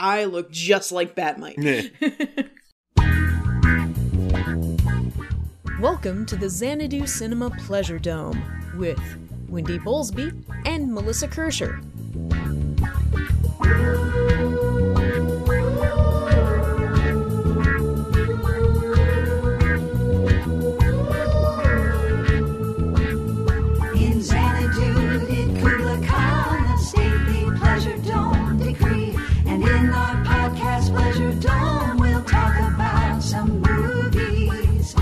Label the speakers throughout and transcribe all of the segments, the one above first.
Speaker 1: I look just like Batmite.
Speaker 2: Yeah.
Speaker 3: Welcome to the Xanadu Cinema Pleasure Dome with Wendy Bowlesby and Melissa Kirscher.
Speaker 4: In Xanadu, in Kubla Khan, the stately pleasure dome decree. And in our podcast, Pleasure Dome, we'll talk about some movies.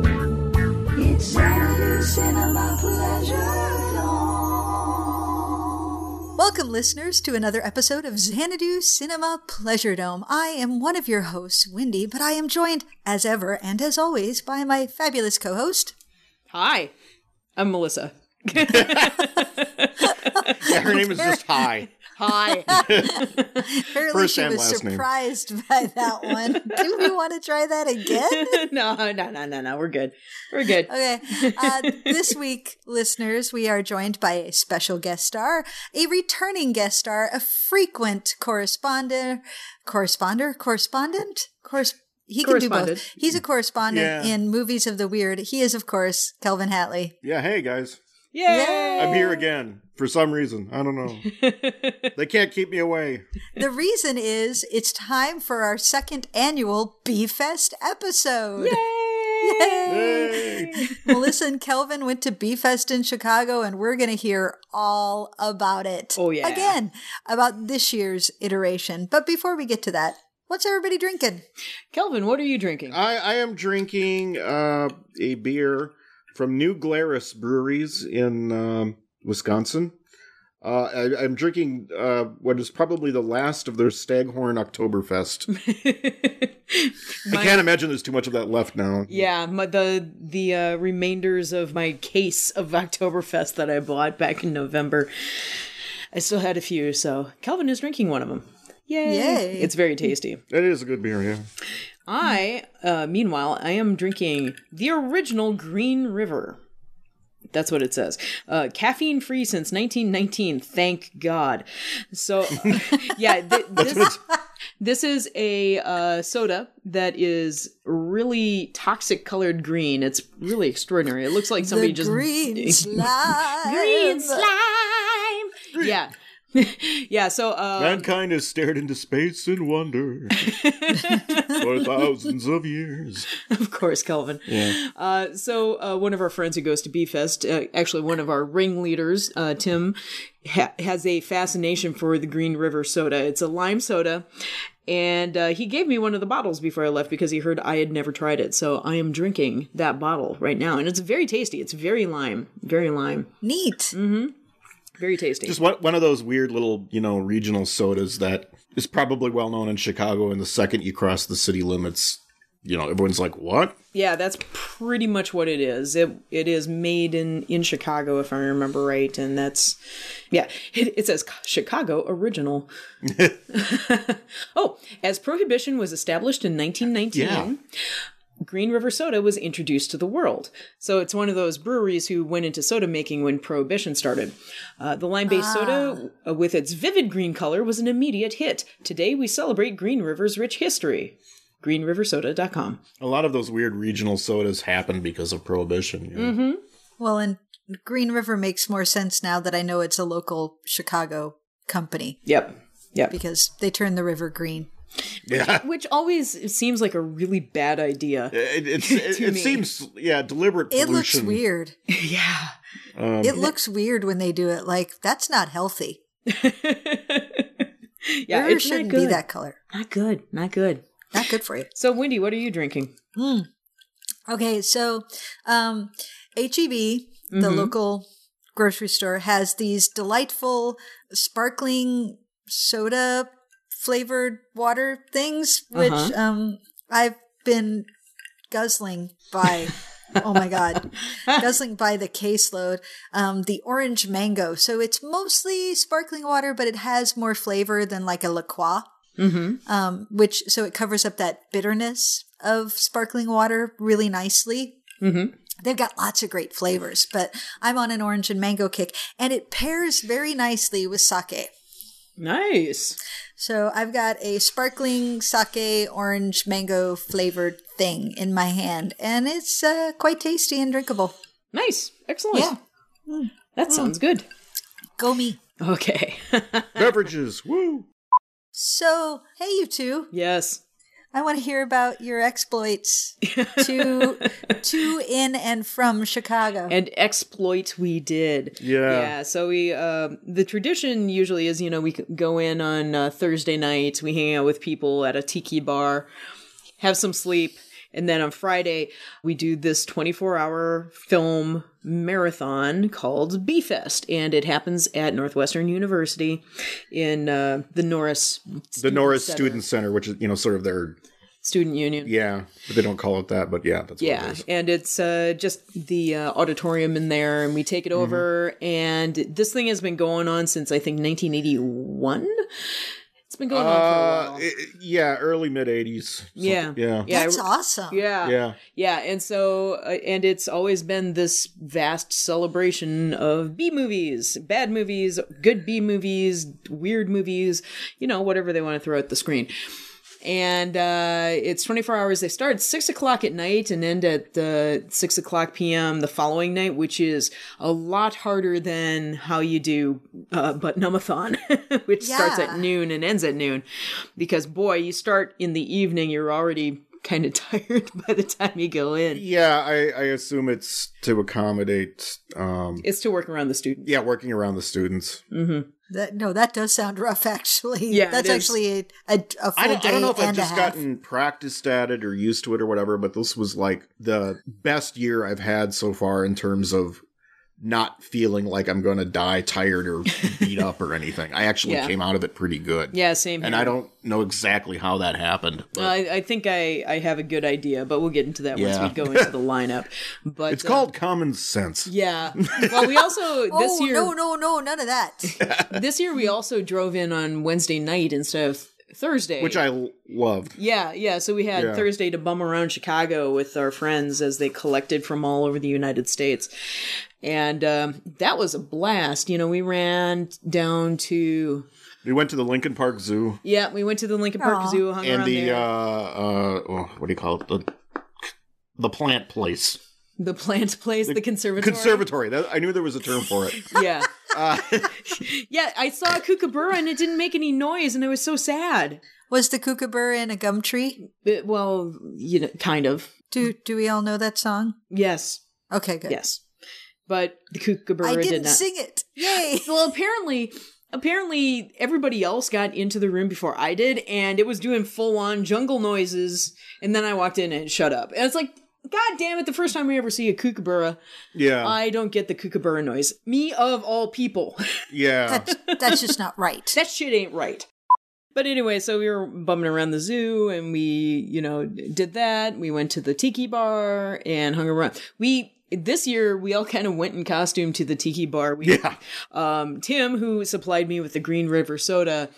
Speaker 4: It's Xanadu Cinema Pleasure Dome.
Speaker 5: Welcome, listeners, to another episode of Xanadu Cinema Pleasure Dome. I am one of your hosts, Wendy, but I am joined, as ever and as always, by my fabulous co host.
Speaker 1: Hi, I'm Melissa.
Speaker 2: Yeah, her name is just Hi.
Speaker 1: Hi.
Speaker 5: Apparently,
Speaker 2: First
Speaker 5: she
Speaker 2: and
Speaker 5: was
Speaker 2: last name.
Speaker 5: surprised by that one. Do we want to try that again?
Speaker 1: no, no, no, no, no. We're good. We're good.
Speaker 5: Okay. Uh, this week, listeners, we are joined by a special guest star, a returning guest star, a frequent correspondent, corresponder, correspondent, corres. He can do both.
Speaker 1: Correspondent.
Speaker 5: He's a correspondent
Speaker 2: Yeah.
Speaker 5: in movies of the weird. He is, of course, Kelvin Hatley.
Speaker 2: Yeah, hey guys.
Speaker 1: Yay!
Speaker 2: I'm here again for some reason. I don't know. they can't keep me away.
Speaker 5: The reason is it's time for our second annual B Fest episode.
Speaker 2: Yay.
Speaker 5: Melissa and Kelvin went to B Fest in Chicago, and we're going to hear all about it.
Speaker 1: Oh, yeah.
Speaker 5: Again, about this year's iteration. But before we get to that, what's everybody drinking?
Speaker 1: Kelvin, what are you drinking?
Speaker 2: I, I am drinking uh, a beer from New Glarus Breweries in um, Wisconsin. Uh, I, I'm drinking uh, what is probably the last of their Staghorn Oktoberfest. I can't imagine there's too much of that left now.
Speaker 1: yeah, my, the the uh, remainders of my case of Oktoberfest that I bought back in November. I still had a few, so Kelvin is drinking one of them. Yay!
Speaker 5: Yay.
Speaker 1: It's very tasty.
Speaker 2: It is a good beer, yeah.
Speaker 1: I, uh, meanwhile, I am drinking the original Green River. That's what it says. Uh, caffeine free since 1919. Thank God. So, uh, yeah, th- this, this is a uh, soda that is really toxic colored green. It's really extraordinary. It looks like somebody
Speaker 5: the
Speaker 1: just
Speaker 5: green slime.
Speaker 1: Green slime. Yeah. yeah. So, uh,
Speaker 2: Mankind has stared into space in wonder for thousands of years.
Speaker 1: of course, Kelvin. Uh, so uh, one of our friends who goes to B-Fest, uh, actually one of our ringleaders, uh, Tim, ha- has a fascination for the Green River soda. It's a lime soda. And uh, he gave me one of the bottles before I left because he heard I had never tried it. So I am drinking that bottle right now. And it's very tasty. It's very lime. Very lime.
Speaker 5: Neat.
Speaker 1: Mm-hmm. Very tasty.
Speaker 2: Just one, one of those weird little, you know, regional sodas that is probably well known in Chicago. And the second you cross the city limits, you know, everyone's like, what?
Speaker 1: yeah, that's pretty much what it is. It it is made in in Chicago, if I remember right, and that's yeah. It, it says Chicago original. oh, as prohibition was established in 1919, Green River Soda was introduced to the world. So it's one of those breweries who went into soda making when Prohibition started. Uh, the lime based soda, uh, with its vivid green color, was an immediate hit. Today we celebrate Green River's rich history. GreenRiverSoda.com.
Speaker 2: A lot of those weird regional sodas happened because of prohibition. you know.
Speaker 5: Well, and Green River makes more sense now that I know it's a local Chicago company
Speaker 1: Yep. Yep.
Speaker 5: because they turn the river green.
Speaker 2: Yeah.
Speaker 1: Which always seems like a really bad idea.
Speaker 2: It, it's, it, it
Speaker 1: me.
Speaker 2: seems, yeah, deliberate
Speaker 5: It
Speaker 2: pollution. Um,
Speaker 5: looks weird.
Speaker 1: yeah.
Speaker 5: it looks weird when they do it. Like, that's not healthy.
Speaker 1: Yeah,
Speaker 5: river
Speaker 1: it's not
Speaker 5: shouldn't
Speaker 1: good.
Speaker 5: be that color.
Speaker 1: Not good. Not good.
Speaker 5: Not good for you.
Speaker 1: So, Wendy, what are you drinking?
Speaker 5: Mm. Okay, so um, HEB, the local grocery store, has these delightful sparkling soda flavored water things, which
Speaker 1: Uh-huh.
Speaker 5: um, I've been guzzling by. oh my god, guzzling by the caseload. Um, the orange mango, so it's mostly sparkling water, but it has more flavor than like a La Croix um, which so it covers up that bitterness of sparkling water really nicely. They've got lots of great flavors, but I'm on an orange and mango kick, and it pairs very nicely with sake.
Speaker 1: Nice.
Speaker 5: So I've got a sparkling sake orange mango flavored thing in my hand, and it's uh, quite tasty and drinkable.
Speaker 1: Nice. Excellent.
Speaker 5: Yeah. Hmm.
Speaker 1: That sounds good.
Speaker 5: Go me.
Speaker 1: Okay.
Speaker 2: Beverages, woo!
Speaker 5: So, hey, you two,
Speaker 1: yes.
Speaker 5: I want to hear about your exploits to to in and from Chicago.
Speaker 1: and exploit we did.
Speaker 2: Yeah.
Speaker 1: Yeah. So we, um the tradition usually is, you know, we c- go in on uh, Thursday nights, we hang out with people at a tiki bar, have some sleep. And then on Friday, we do this 24 hour film marathon called B Fest. And it happens at Northwestern University in uh, the Norris
Speaker 2: The Norris Student Center, which is, you know, sort of their,
Speaker 1: Student Union.
Speaker 2: yeah, but they don't call it that, but yeah, that's what
Speaker 1: Yeah,
Speaker 2: it is.
Speaker 1: and it's uh, just the uh, auditorium in there, and we take
Speaker 2: Mm-hmm.
Speaker 1: it over. And this thing has been going on since I think 1981. It's been going on for a
Speaker 2: Uh,
Speaker 1: while.
Speaker 2: it- it- yeah, early mid 80s.
Speaker 1: yeah,
Speaker 2: Yeah.
Speaker 1: yeah,
Speaker 5: That's awesome.
Speaker 1: yeah,
Speaker 2: Yeah.
Speaker 1: yeah. And so, uh, and it's always been this vast celebration of B movies, bad movies, good B movies, weird movies, you know, whatever they want to throw at the screen. And uh, it's 24 hours. They start at 6 o'clock at night and end at the 6 o'clock p.m. the following night, which is a lot harder than how you do uh, Butnumathon, which starts
Speaker 5: Yeah.
Speaker 1: at noon and ends at noon. Because, boy, you start in the evening, you're already kind of tired by the time you go in.
Speaker 2: Yeah, I, I assume it's to accommodate, um,
Speaker 1: It's to work around the student.
Speaker 2: yeah, working around the students.
Speaker 5: That, no, that does sound rough, actually.
Speaker 1: Yeah,
Speaker 5: That's
Speaker 1: it is.
Speaker 5: actually a, a, a full
Speaker 2: I don't,
Speaker 5: day
Speaker 2: I don't know if
Speaker 5: and
Speaker 2: I've
Speaker 5: a
Speaker 2: just
Speaker 5: half.
Speaker 2: gotten practiced at it or used to it or whatever, but this was like the best year I've had so far in terms of not feeling like I'm going to die tired or beat up or anything. I actually
Speaker 1: Yeah.
Speaker 2: came out of it pretty good.
Speaker 1: Yeah, same here.
Speaker 2: And I don't know exactly how that happened. But
Speaker 5: Uh,
Speaker 1: I, I think I, I have a good idea, but we'll get into that
Speaker 2: Yeah.
Speaker 1: once we go into the lineup. But
Speaker 2: it's
Speaker 1: uh,
Speaker 2: called common sense.
Speaker 1: yeah. Well, we also this
Speaker 5: oh,
Speaker 1: year
Speaker 5: no, no, no, none of that.
Speaker 1: this year we also drove in on Wednesday night instead of Thursday,
Speaker 2: Which I l- loved.
Speaker 1: yeah yeah. So we had
Speaker 2: Yeah.
Speaker 1: Thursday to bum around Chicago with our friends as they collected from all over the United States, and um, that was a blast. You know, we ran down to
Speaker 2: We went to the Lincoln Park Zoo
Speaker 1: yeah, we went to the Lincoln Park
Speaker 5: Aw.
Speaker 1: Zoo, hung
Speaker 2: and
Speaker 1: around
Speaker 2: the
Speaker 1: there.
Speaker 2: uh, uh, oh, what do you call it? The, the plant place,
Speaker 1: the plant place, the, conservatory.
Speaker 2: conservatory. That, I knew there was a term for it. Uh,
Speaker 1: yeah. yeah, I saw a kookaburra and it didn't make any noise, and I was so sad.
Speaker 5: Was the kookaburra in a gum tree?
Speaker 1: But, well, you know, kind of.
Speaker 5: Do do we all know that song?
Speaker 1: Yes,
Speaker 5: Okay, good.
Speaker 1: yes. But the kookaburra
Speaker 5: I didn't
Speaker 1: did not.
Speaker 5: sing it. Yay!
Speaker 1: well, apparently, apparently everybody else got into the room before I did, and it was doing full on jungle noises. And then I walked in and shut up, and it's like. God damn it, the first time we ever see a kookaburra,
Speaker 2: Yeah,
Speaker 1: I don't get the kookaburra noise. Me of all people.
Speaker 2: yeah.
Speaker 5: That's just not right.
Speaker 1: that shit ain't right. But anyway, so we were bumming around the zoo and we, you know, did that. We went to the tiki bar and hung around. We this year we all kind of went in costume to the tiki bar. We,
Speaker 2: Yeah.
Speaker 1: Um, Tim, who supplied me with the Green River soda,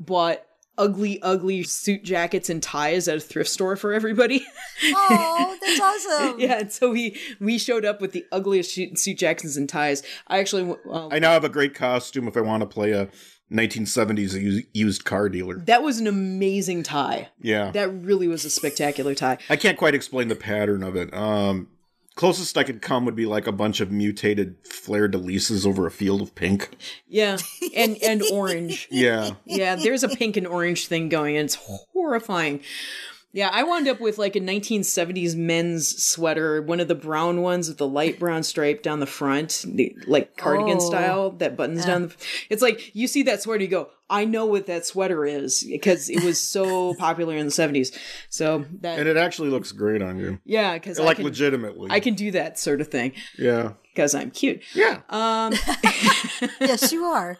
Speaker 1: bought ugly, ugly suit jackets and ties at a thrift store for everybody.
Speaker 5: Oh, that's awesome.
Speaker 1: yeah, and so we we showed up with the ugliest suit, suit jackets and ties. I actually uh,
Speaker 2: I now have a great costume if I want to play a 1970s u- used car dealer.
Speaker 1: that was an amazing tie.
Speaker 2: Yeah.
Speaker 1: That really was a spectacular tie.
Speaker 2: I can't quite explain the pattern of it. Um, closest I could come would be like a bunch of mutated flare delices over a field of pink.
Speaker 1: Yeah, and and orange.
Speaker 2: Yeah.
Speaker 1: Yeah, there's a pink and orange thing going, and it's horrifying. Yeah, I wound up with like a 1970s men's sweater, one of the brown ones with the light brown stripe down the front, the- like cardigan
Speaker 5: Oh.
Speaker 1: style that buttons down. The, it's like you see that sweater, you go, I know what that sweater is because it was so popular in the 70s. So that,
Speaker 2: And it actually looks great on you.
Speaker 1: yeah, because I
Speaker 2: Like
Speaker 1: can,
Speaker 2: legitimately.
Speaker 1: I can Uh, do that sort of thing
Speaker 2: yeah.
Speaker 1: because I'm cute.
Speaker 2: Yeah.
Speaker 5: Yes, you are.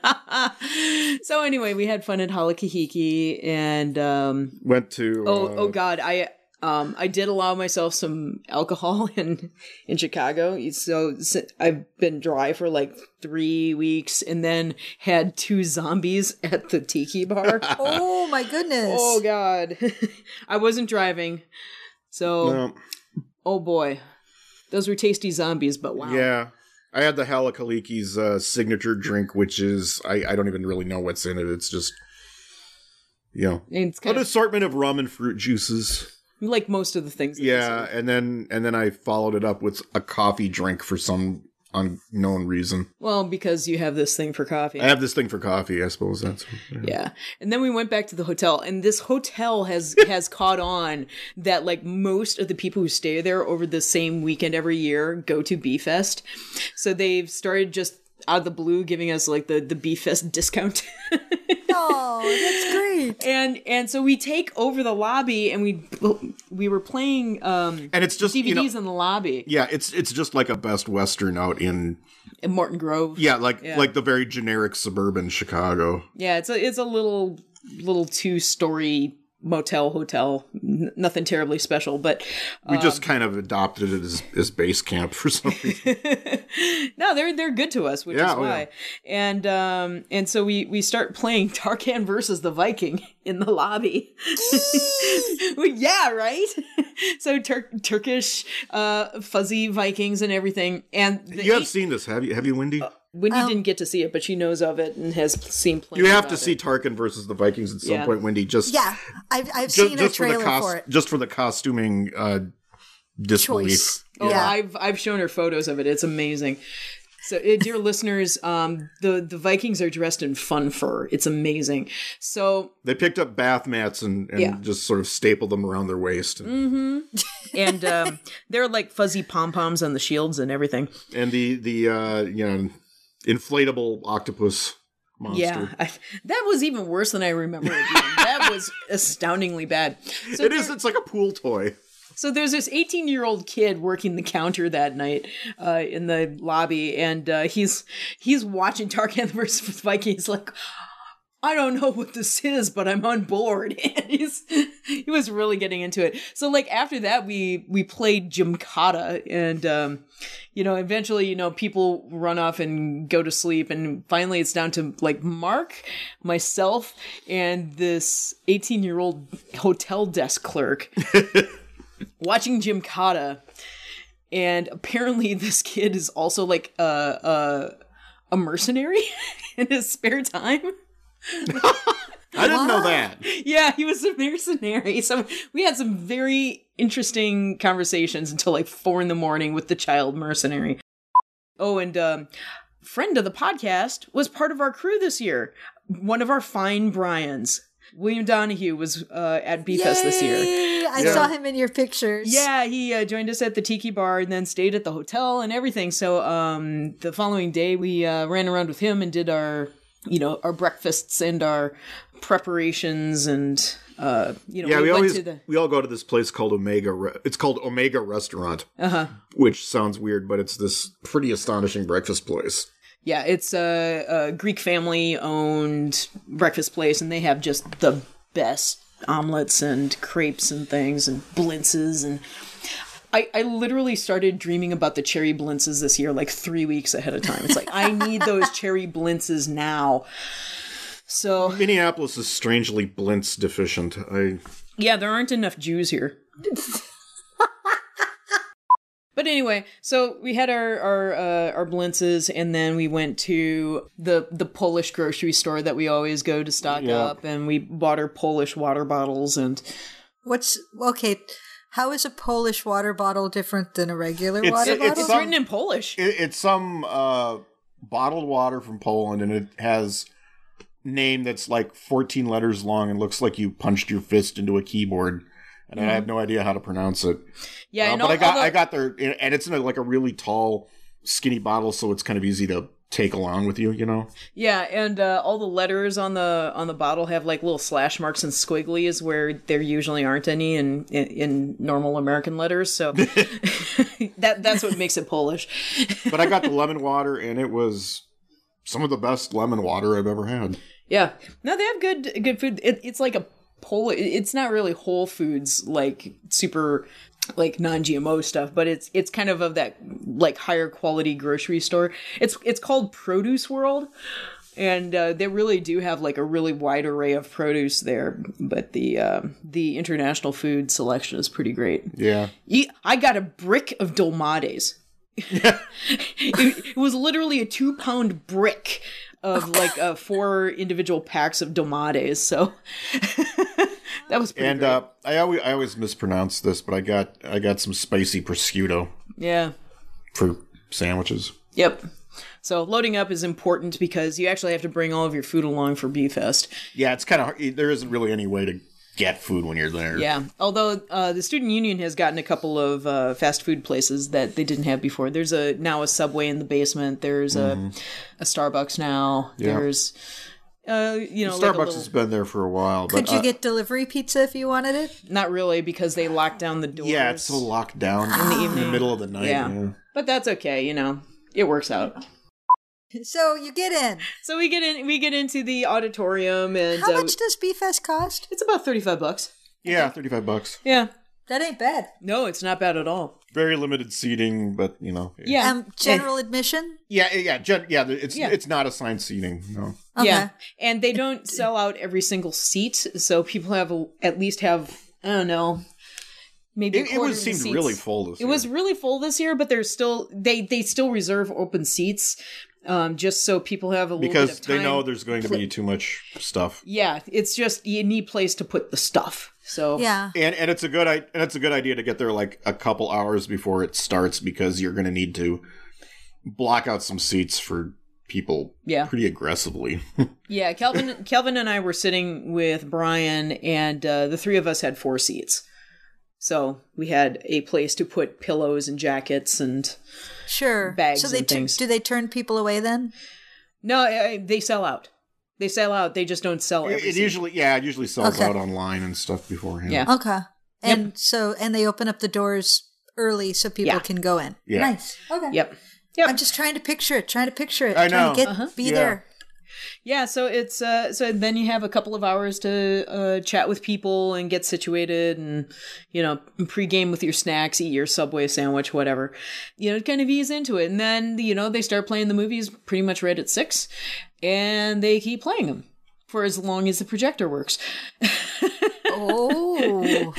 Speaker 1: So anyway, we had fun at Halakahiki and um,
Speaker 2: Went to
Speaker 1: Oh,
Speaker 2: uh,
Speaker 1: oh God, I um I did allow myself some alcohol in in Chicago. So s- I've been dry for like 3 weeks and then had two zombies at the tiki bar.
Speaker 5: Oh my goodness.
Speaker 1: oh God. I wasn't driving. So
Speaker 2: no.
Speaker 1: oh boy. Those were tasty zombies, but wow.
Speaker 2: Yeah. I had the Halakaliki's uh, signature drink, which is I, I don't even really know what's in it. It's just you know
Speaker 1: And it's
Speaker 2: an
Speaker 1: kind of
Speaker 2: assortment of rum and fruit juices.
Speaker 1: like most of the things. that they
Speaker 2: Yeah,
Speaker 1: serve.
Speaker 2: and then and then I followed it up with a coffee drink for some unknown reason.
Speaker 1: Well, because you have this thing for coffee.
Speaker 2: I have this thing for coffee, I suppose that's
Speaker 1: yeah. And then we went back to the hotel and this hotel has has caught on that like most of the people who stay there over the same weekend every year go to Bee Fest. So they've started just out of the blue giving us like the the Bee Fest discount.
Speaker 5: Oh, that's great.
Speaker 1: and and so we take over the lobby and we we were playing um
Speaker 2: And it's just
Speaker 1: DVDs
Speaker 2: you know,
Speaker 1: in the lobby
Speaker 2: yeah, it's it's just like a best western out in
Speaker 1: in Morton Grove.
Speaker 2: yeah, like like the very generic suburban Chicago.
Speaker 1: Yeah, it's a it's a little little two story motel hotel, N- nothing terribly special, but
Speaker 2: We just kind of adopted it as, as base camp for some reason.
Speaker 1: no, they're they're good to us, which
Speaker 2: Yeah,
Speaker 1: is
Speaker 2: oh, yeah.
Speaker 1: why. And um and so we we start playing Tarkan versus the Viking in the lobby. Well, yeah, right. so Tur- Turkish uh fuzzy Vikings and everything. And the
Speaker 2: you have seen this, have you? Have you, Wendy?
Speaker 1: Wendy didn't get to see it, but she knows of it and has seen plenty.
Speaker 2: you have
Speaker 1: about
Speaker 2: to
Speaker 1: it.
Speaker 2: see Tarkin versus the Vikings at some
Speaker 1: Yeah.
Speaker 2: point, Wendy. Just
Speaker 5: Yeah, I've, I've
Speaker 2: ju-
Speaker 5: seen
Speaker 2: just,
Speaker 5: a
Speaker 2: for
Speaker 5: trailer
Speaker 2: the
Speaker 5: for,
Speaker 2: cost,
Speaker 5: it.
Speaker 2: just for the costuming uh, disbelief.
Speaker 5: Choice.
Speaker 1: Oh,
Speaker 5: yeah.
Speaker 1: I've I've shown her photos of it. It's amazing. So, uh, dear listeners, um, the the Vikings are dressed in fun fur. It's amazing. So,
Speaker 2: They picked up bath mats and, and
Speaker 1: Yeah. Mm.
Speaker 2: just sort of stapled them around their waist, and,
Speaker 1: and um, they're like fuzzy pom poms on the shields and everything.
Speaker 2: and the the uh, you know inflatable octopus monster.
Speaker 1: Yeah, I, that was even worse than I remember. It being. that was astoundingly bad. So
Speaker 2: it is. It's like a pool toy.
Speaker 1: So there's this 18 year old kid working the counter that night uh, in the lobby, and uh, he's he's watching Tarkan versus Viking. He's like, I don't know what this is, but I'm on board. And he's he was really getting into it. So like after that, we we played Gymkata, and um, you know eventually you know people run off and go to sleep, and finally it's down to like Mark, myself, and this 18 year old hotel desk clerk watching Jim Cotta, and apparently this kid is also like a a, a mercenary in his spare time.
Speaker 2: I didn't know that.
Speaker 1: Yeah, he was a mercenary. So we had some very interesting conversations until like four in the morning with the child mercenary. Oh, and um, friend of the podcast was part of our crew this year. One of our fine Bryans, William Donahue, was uh, at B Fest this year.
Speaker 5: Yay! I
Speaker 2: Yeah.
Speaker 5: saw him in your pictures.
Speaker 1: Yeah, he uh, joined us at the tiki bar and then stayed at the hotel and everything. So um, the following day, we uh, ran around with him and did our, you know, our breakfasts and our preparations and, uh, you know,
Speaker 2: Yeah, we,
Speaker 1: went
Speaker 2: always
Speaker 1: to the.
Speaker 2: we all go to this place called Omega. Re- it's called Omega Restaurant,
Speaker 1: Uh-huh.
Speaker 2: which sounds weird, but it's this pretty astonishing breakfast place.
Speaker 1: Yeah, it's a, a Greek family owned breakfast place, and they have just the best omelets and crepes and things and blintzes and. I, I literally started dreaming about the cherry blintzes this year, like three weeks ahead of time. It's like, I need those cherry blintzes now. So,
Speaker 2: Minneapolis is strangely blintz deficient. I
Speaker 1: yeah, there aren't enough Jews here. but anyway, so we had our our uh, our blintzes, and then we went to the the Polish grocery store that we always go to stock
Speaker 2: Yeah.
Speaker 1: up, and we bought our Polish water bottles, and
Speaker 5: What's okay? How is a Polish water bottle different than a regular
Speaker 2: It's-
Speaker 5: water
Speaker 2: it's
Speaker 5: bottle?
Speaker 1: it's
Speaker 2: some-
Speaker 1: written in Polish.
Speaker 2: it, it's some uh, bottled water from Poland, and it has name that's like 14 letters long and looks like you punched your fist into a keyboard. And I have no idea how to pronounce it.
Speaker 1: yeah,
Speaker 2: Uh,
Speaker 1: and
Speaker 2: but I got
Speaker 1: although-
Speaker 2: I got their and it's in a, like a really tall, skinny bottle, so it's kind of easy to take along with you. You know.
Speaker 1: yeah, and uh, all the letters on the on the bottle have like little slash marks and squigglies where there usually aren't any in in, in normal American letters. So that that's what makes it Polish.
Speaker 2: But I got the lemon water, and it was some of the best lemon water I've ever had.
Speaker 1: Yeah. No, they have good good food. It, it's like a pole. It's not really Whole Foods like super like non-GMO stuff, but it's it's kind of of that like higher quality grocery store. It's it's called Produce World. and uh, they really do have like a really wide array of produce there. But the uh, the international food selection is pretty great.
Speaker 2: Yeah.
Speaker 1: Ye- I got a brick of dolmades. it, it was literally a two pound brick of like uh, four individual packs of dolmades. So that was pretty
Speaker 2: And
Speaker 1: great.
Speaker 2: uh, I always I always mispronounce this, but I got I got some spicy prosciutto
Speaker 1: yeah.
Speaker 2: for sandwiches.
Speaker 1: Yep. So loading up is important because you actually have to bring all of your food along for B Fest.
Speaker 2: Yeah, it's kind of there isn't really any way to get food when you're there.
Speaker 1: Yeah. Although uh, the student union has gotten a couple of uh, fast food places that they didn't have before. There's a now a Subway in the basement. There's a a Starbucks now. There's uh, you know
Speaker 2: Starbucks
Speaker 1: like a little-
Speaker 2: has been there for a while, but
Speaker 5: Could you
Speaker 2: uh,
Speaker 5: get delivery pizza if you wanted it?
Speaker 1: not really because they locked down the doors.
Speaker 2: yeah, it's so locked down in the, middle of the night.
Speaker 1: Yeah.
Speaker 2: yeah.
Speaker 1: But that's okay. You know, it works out.
Speaker 5: So you get in.
Speaker 1: So we get in. We get into the auditorium and
Speaker 5: How
Speaker 1: uh,
Speaker 5: much does B Fest cost?
Speaker 1: it's about thirty five bucks.
Speaker 2: Yeah, 35 bucks.
Speaker 1: Yeah.
Speaker 5: That ain't bad.
Speaker 1: No, it's not bad at all.
Speaker 2: Very limited seating, but you know.
Speaker 1: Yeah.
Speaker 5: Um, general admission.
Speaker 2: Yeah, yeah, gen- yeah, it's
Speaker 1: Yeah.
Speaker 2: it's not assigned seating. No.
Speaker 1: Yeah, and they don't sell out every single seat, so people have a, at least have I don't know, maybe a
Speaker 2: It, it
Speaker 1: quarter
Speaker 2: was
Speaker 1: of the
Speaker 2: seemed
Speaker 1: seats.
Speaker 2: really full this
Speaker 1: It was really full this year, but there's still they they still reserve open seats, um, just so people have a little bit
Speaker 2: because
Speaker 1: of time.
Speaker 2: they know there's going to be too much stuff.
Speaker 1: yeah, it's just you need place to put the stuff. So
Speaker 5: Yeah.
Speaker 2: And and it's a good i- and it's a good idea to get there like a couple hours before it starts because you're going to need to block out some seats for people
Speaker 1: Yeah.
Speaker 2: pretty aggressively.
Speaker 1: yeah, Calvin Calvin and I were sitting with Brian, and uh, the three of us had four seats. So we had a place to put pillows and jackets and
Speaker 5: Sure.
Speaker 1: Bags
Speaker 5: so they
Speaker 1: and
Speaker 5: tu-
Speaker 1: things.
Speaker 5: do they turn people away then?
Speaker 1: No, I, I- they sell out. They sell out. They just don't sell
Speaker 2: it,
Speaker 1: every
Speaker 2: it
Speaker 1: seat.
Speaker 2: usually yeah, it usually sells
Speaker 5: Okay.
Speaker 2: out online and stuff beforehand.
Speaker 1: Yeah.
Speaker 5: Okay. And so and they open up the doors early so people
Speaker 1: Yeah.
Speaker 5: can go in.
Speaker 2: Yeah.
Speaker 5: Nice. Okay.
Speaker 1: Yep.
Speaker 5: I'm
Speaker 1: Yep.
Speaker 5: just trying to picture it. Trying to picture it.
Speaker 2: I
Speaker 5: Trying
Speaker 2: know.
Speaker 5: to get
Speaker 2: Uh-huh.
Speaker 5: be
Speaker 2: Yeah.
Speaker 5: there.
Speaker 1: Yeah. So it's uh, so then you have a couple of hours to uh, chat with people and get situated and you know pregame with your snacks, eat your subway sandwich, whatever. You know, kind of ease into it, and then you know they start playing the movies pretty much right at six, and they keep playing them for as long as the projector works.
Speaker 5: Oh.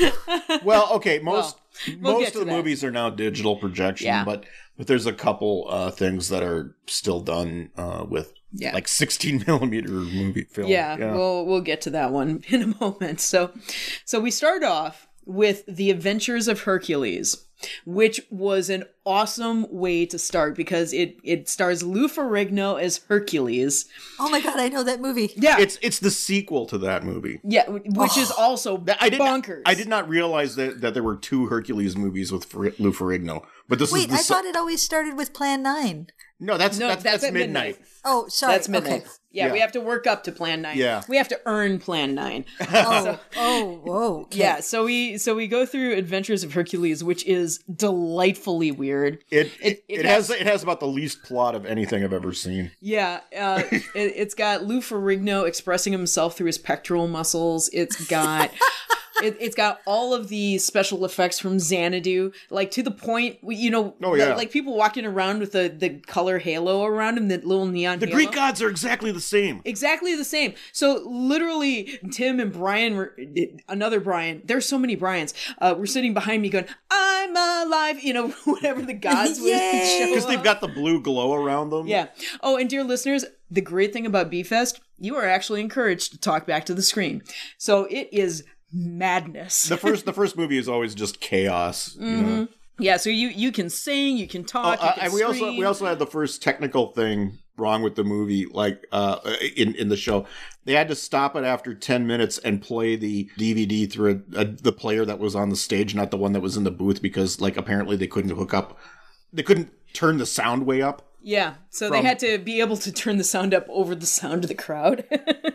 Speaker 2: Well, okay, most
Speaker 1: we'll
Speaker 2: most
Speaker 1: get to
Speaker 2: of the
Speaker 1: that.
Speaker 2: movies are now digital projection,
Speaker 1: Yeah.
Speaker 2: but but there's a couple uh things that are still done uh with
Speaker 1: Yeah.
Speaker 2: like 16 millimeter movie film.
Speaker 1: Yeah, we'll we'll get to that one in a moment. So, so we start off with the Adventures of Hercules, which was an awesome way to start because it it stars Lou Ferrigno as Hercules.
Speaker 5: oh my god, I know that movie.
Speaker 1: Yeah,
Speaker 2: it's it's the sequel to that movie.
Speaker 1: yeah, which is also
Speaker 2: Oh, I did
Speaker 1: bonkers.
Speaker 2: I did not realize that, that there were two Hercules movies with Fer- Lou Ferrigno, but this is
Speaker 5: Wait,
Speaker 2: the
Speaker 5: I
Speaker 2: se-
Speaker 5: thought it always started with Plan 9.
Speaker 2: no, that's
Speaker 1: No,
Speaker 2: that's,
Speaker 1: that's
Speaker 2: that's,
Speaker 1: at
Speaker 2: midnight.
Speaker 1: midnight.
Speaker 5: Oh, sorry.
Speaker 1: That's midnight.
Speaker 5: Okay.
Speaker 1: Yeah, we
Speaker 2: Yeah.
Speaker 1: have to work up to Plan Nine.
Speaker 2: Yeah.
Speaker 1: we have to earn Plan Nine.
Speaker 5: Oh, oh, whoa. okay.
Speaker 1: yeah, so we so we go through Adventures of Hercules, which is delightfully weird.
Speaker 2: It
Speaker 1: It-
Speaker 2: it,
Speaker 1: it
Speaker 2: it has it has about the least plot of anything I've ever seen.
Speaker 1: Yeah, uh, it, it's got Lou Ferrigno expressing himself through his pectoral muscles. It's got. It, it's got all of the special effects from Xanadu, like to the point, we- you know,
Speaker 2: Oh,
Speaker 1: like,
Speaker 2: yeah.
Speaker 1: like people walking around with the, the color halo around him, the little neon
Speaker 2: The
Speaker 1: halo.
Speaker 2: Greek gods are exactly the same.
Speaker 1: Exactly the same. So literally, Tim and Brian, were, another Brian. There's so many Brians. Uh, were sitting behind me, going, "I'm alive," you know, whatever the gods would
Speaker 5: Yay!
Speaker 1: show
Speaker 2: Because they've got the blue glow around them.
Speaker 1: yeah. Oh, and dear listeners, the great thing about B-Fest, you are actually encouraged to talk back to the screen. So it is madness.
Speaker 2: the first the first movie is always just chaos. You know?
Speaker 1: Yeah, so you you can sing, you can talk,
Speaker 2: Uh,
Speaker 1: you can
Speaker 2: I- we also
Speaker 1: scream.
Speaker 2: we also had the first technical thing wrong with the movie, like uh, in in the show. They had to stop it after ten minutes and play the DVD through a, a, the player that was on the stage, not the one that was in the booth, because like apparently they couldn't hook up, they couldn't turn the sound way up.
Speaker 1: Yeah. So they
Speaker 2: From-
Speaker 1: had to be able to turn the sound up over the sound of the crowd.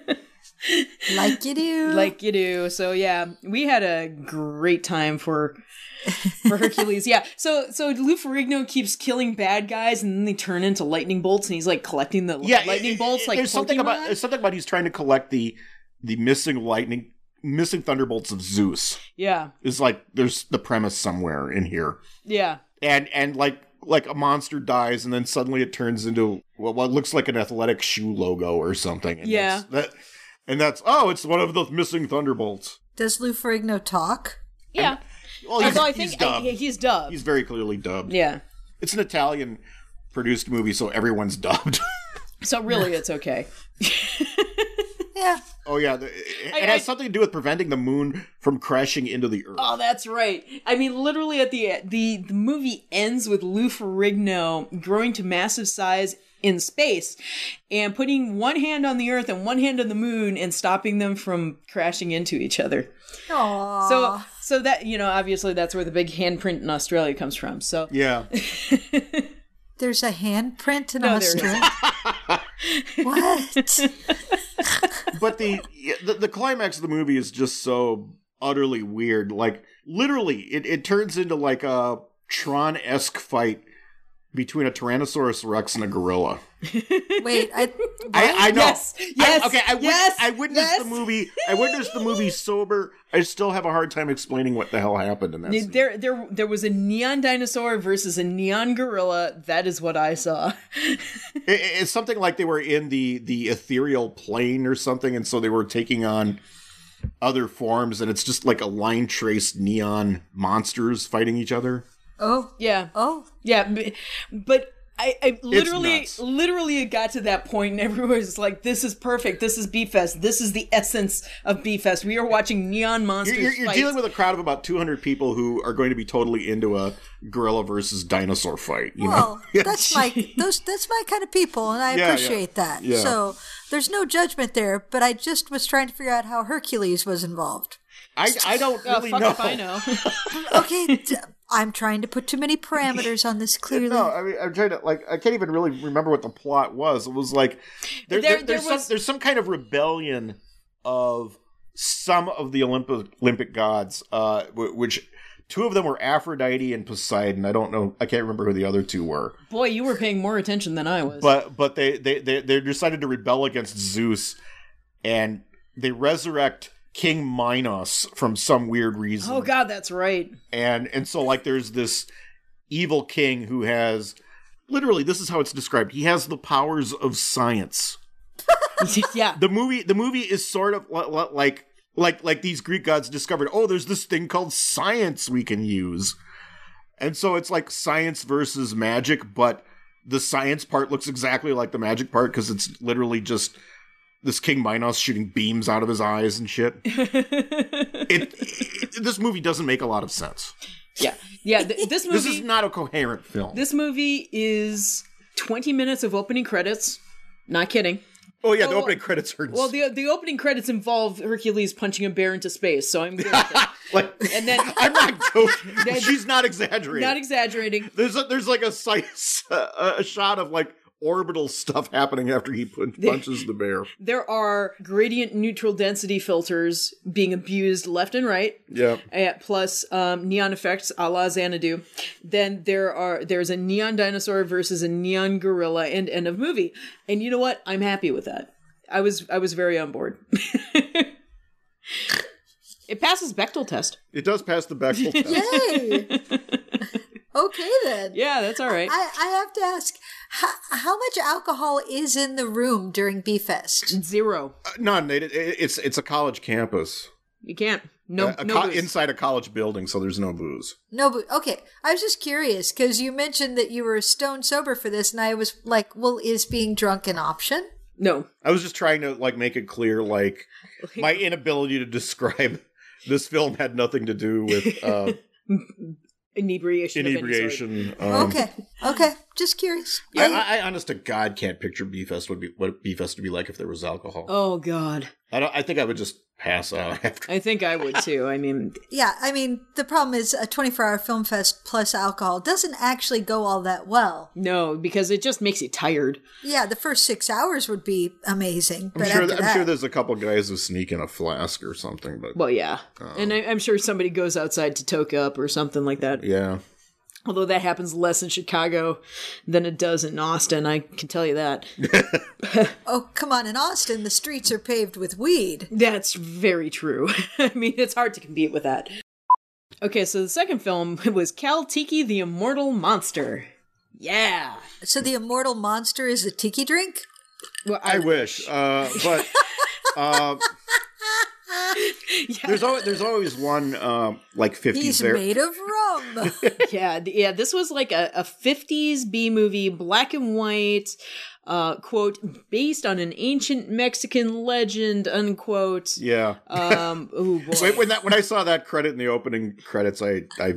Speaker 5: Like you do.
Speaker 1: like you do. So yeah, we had a great time for for Hercules. yeah. So so Lou Ferrigno keeps killing bad guys and then they turn into lightning bolts and he's like collecting the lightning
Speaker 2: it-
Speaker 1: bolts
Speaker 2: it-
Speaker 1: like
Speaker 2: there's something
Speaker 1: Pokemon?
Speaker 2: about there's something about he's trying to collect the the missing lightning missing thunderbolts of Zeus.
Speaker 1: Yeah.
Speaker 2: Is like there's the premise somewhere in here.
Speaker 1: Yeah.
Speaker 2: and and like like a monster dies and then suddenly it turns into what what looks like an athletic shoe logo or something. And
Speaker 1: Yeah.
Speaker 2: that's- that and that's oh, it's one of the missing Thunderbolts.
Speaker 5: Does Lou Ferrigno talk?
Speaker 1: Yeah.
Speaker 2: Well, Oh, he's,
Speaker 1: Although I
Speaker 2: he's
Speaker 1: think I-
Speaker 2: dubbed.
Speaker 1: he's, dubbed.
Speaker 2: he's very clearly dubbed.
Speaker 1: yeah.
Speaker 2: It's an Italian produced movie, so everyone's dubbed.
Speaker 1: So really, it's okay.
Speaker 5: Yeah.
Speaker 2: oh yeah, the- it, it has
Speaker 1: I-
Speaker 2: something to do with preventing the moon from crashing into the earth.
Speaker 1: Oh, that's right. I mean, literally at the the the movie ends with Lou Ferrigno growing to massive size in space and putting one hand on the earth and one hand on the moon and stopping them from crashing into each other.
Speaker 5: Aww.
Speaker 1: So so that, you know, obviously that's where the big handprint in Australia comes from. So
Speaker 2: Yeah,
Speaker 5: There's a handprint in
Speaker 1: No, there
Speaker 5: Australia. what?
Speaker 2: but the, the the climax of the movie is just so utterly weird. Like literally, it, it turns into like a Tron esque fight between a Tyrannosaurus Rex and a gorilla.
Speaker 5: Wait, I
Speaker 2: I, I know.
Speaker 1: Yes, yes,
Speaker 2: I, okay, I, wit-
Speaker 1: yes,
Speaker 2: I witnessed
Speaker 1: yes.
Speaker 2: the movie. I witnessed the movie sober. I still have a hard time explaining what the hell happened in that. scene.
Speaker 1: there there there was a neon dinosaur versus a neon gorilla. That is what I saw.
Speaker 2: It- it- it's something like they were in the the ethereal plane or something, and so they were taking on other forms, and it's just like a line traced neon monsters fighting each other.
Speaker 5: oh
Speaker 1: Yeah.
Speaker 5: oh
Speaker 1: Yeah, but, but I, I literally,
Speaker 2: nuts.
Speaker 1: literally, it got to that point, and everyone's like, "This is perfect. This is B Fest. This is the essence of B Fest. We are watching neon
Speaker 2: You're,
Speaker 1: monsters."
Speaker 2: you're, you're
Speaker 1: fight."
Speaker 2: dealing with a crowd of about 200 people who are going to be totally into a gorilla versus dinosaur fight. You know?
Speaker 5: well, that's my those that's my kind of people, and
Speaker 2: Yeah,
Speaker 5: I
Speaker 2: yeah.
Speaker 5: appreciate that.
Speaker 2: Yeah.
Speaker 5: So there's no judgment there, but I just was trying to figure out how Hercules was involved.
Speaker 2: I, I don't
Speaker 1: Oh,
Speaker 2: really
Speaker 1: fuck
Speaker 2: know.
Speaker 1: if I know.
Speaker 5: Okay, d- I'm trying to put too many parameters on this. Clearly,
Speaker 2: No, I mean, I'm trying to like. I can't even really remember what the plot was. It was like
Speaker 1: There-
Speaker 2: there, there,
Speaker 1: there
Speaker 2: there's
Speaker 1: was-
Speaker 2: some there's some kind of rebellion of some of the Olympic Olympic gods, uh, wh- which two of them were Aphrodite and Poseidon. I don't know. I can't remember who the other two were.
Speaker 1: Boy, you were paying more attention than I was.
Speaker 2: But but they they they, they decided to rebel against Zeus, and they resurrect King Minos from some weird reason
Speaker 1: oh God, that's right.
Speaker 2: and and so like there's this evil king who has literally this is how it's described he has the powers of science
Speaker 1: yeah,
Speaker 2: the movie the movie is sort of li- li- like like like these greek gods discovered oh there's this thing called science we can use and so it's like science versus magic but the science part looks exactly like the magic part because it's literally just this king minos shooting beams out of his eyes and shit it, it- this movie doesn't make a lot of sense
Speaker 1: yeah, yeah. Th- this movie,
Speaker 2: this is not a coherent film.
Speaker 1: this movie is twenty minutes of opening credits. Not kidding.
Speaker 2: oh yeah, the
Speaker 1: well-
Speaker 2: opening credits are
Speaker 1: Well, the the opening credits involve Hercules punching a bear into space, so I'm good with it.
Speaker 2: like
Speaker 1: and then
Speaker 2: I'm not joking.
Speaker 1: Then-
Speaker 2: She's not exaggerating.
Speaker 1: not exaggerating.
Speaker 2: there's a, there's like a sight, a, a shot of like orbital stuff happening after he put, punches the bear.
Speaker 1: there are gradient neutral density filters being abused left and right
Speaker 2: Yeah.
Speaker 1: uh, plus um, neon effects a la xanadu then there are there's a neon dinosaur versus a neon gorilla and end of movie and you know what i'm happy with that i was i was very on board it passes bechtel test
Speaker 2: It does pass the Bechtel test.
Speaker 5: hey, okay then.
Speaker 1: yeah that's all right
Speaker 5: I, I have to ask, how, how much alcohol is in the room during B Fest?
Speaker 1: zero
Speaker 2: Uh, None. It, it, it's it's a college campus.
Speaker 1: you can't no
Speaker 2: A- a
Speaker 1: no
Speaker 2: co-
Speaker 1: booze.
Speaker 2: inside a college building, so there's no booze.
Speaker 5: No, but okay. I was just curious because you mentioned that you were stone sober for this, and I was like, well, is being drunk an option?
Speaker 1: no
Speaker 2: I was just trying to like make it clear, like my inability to describe this film had nothing to do with uh,
Speaker 1: inebriation of any sort.
Speaker 2: inebriation.
Speaker 1: Oh,
Speaker 2: Um,
Speaker 5: okay, okay. Just curious.
Speaker 2: I, I, I honest to God can't picture B Fest would be what B Fest would be like if there was alcohol.
Speaker 1: oh god
Speaker 2: I don't. I think I would just pass out after.
Speaker 1: i think i would too i mean
Speaker 5: Yeah, I mean, the problem is a 24 hour film fest plus alcohol doesn't actually go all that well.
Speaker 1: No, because it just makes you tired.
Speaker 5: Yeah, the first six hours would be amazing.
Speaker 2: I'm
Speaker 5: But
Speaker 2: sure.
Speaker 5: after
Speaker 2: I'm
Speaker 5: that,
Speaker 2: sure there's a couple guys who sneak in a flask or something. But
Speaker 1: Well, yeah.
Speaker 2: Oh.
Speaker 1: And I, I'm sure somebody goes outside to toke up or something like that.
Speaker 2: yeah,
Speaker 1: Although that happens less in Chicago than it does in Austin, I can tell you that.
Speaker 5: oh, come on, in Austin, the streets are paved with weed.
Speaker 1: That's very true. I mean, it's hard to compete with that. Okay, so the second film was Cal Tiki the Immortal Monster. Yeah.
Speaker 5: So the immortal monster is a tiki drink?
Speaker 1: Well,
Speaker 2: I wish, uh, but uh,
Speaker 1: yeah,
Speaker 2: there's always there's always one um like 50s
Speaker 5: He's
Speaker 2: there.
Speaker 5: made of rum.
Speaker 1: yeah, th- yeah. This was like a, a 50s B movie, black and white, uh, quote, based on an ancient Mexican legend, unquote.
Speaker 2: yeah.
Speaker 1: Um, oh boy.
Speaker 2: Wait, when that when I saw that credit in the opening credits, I I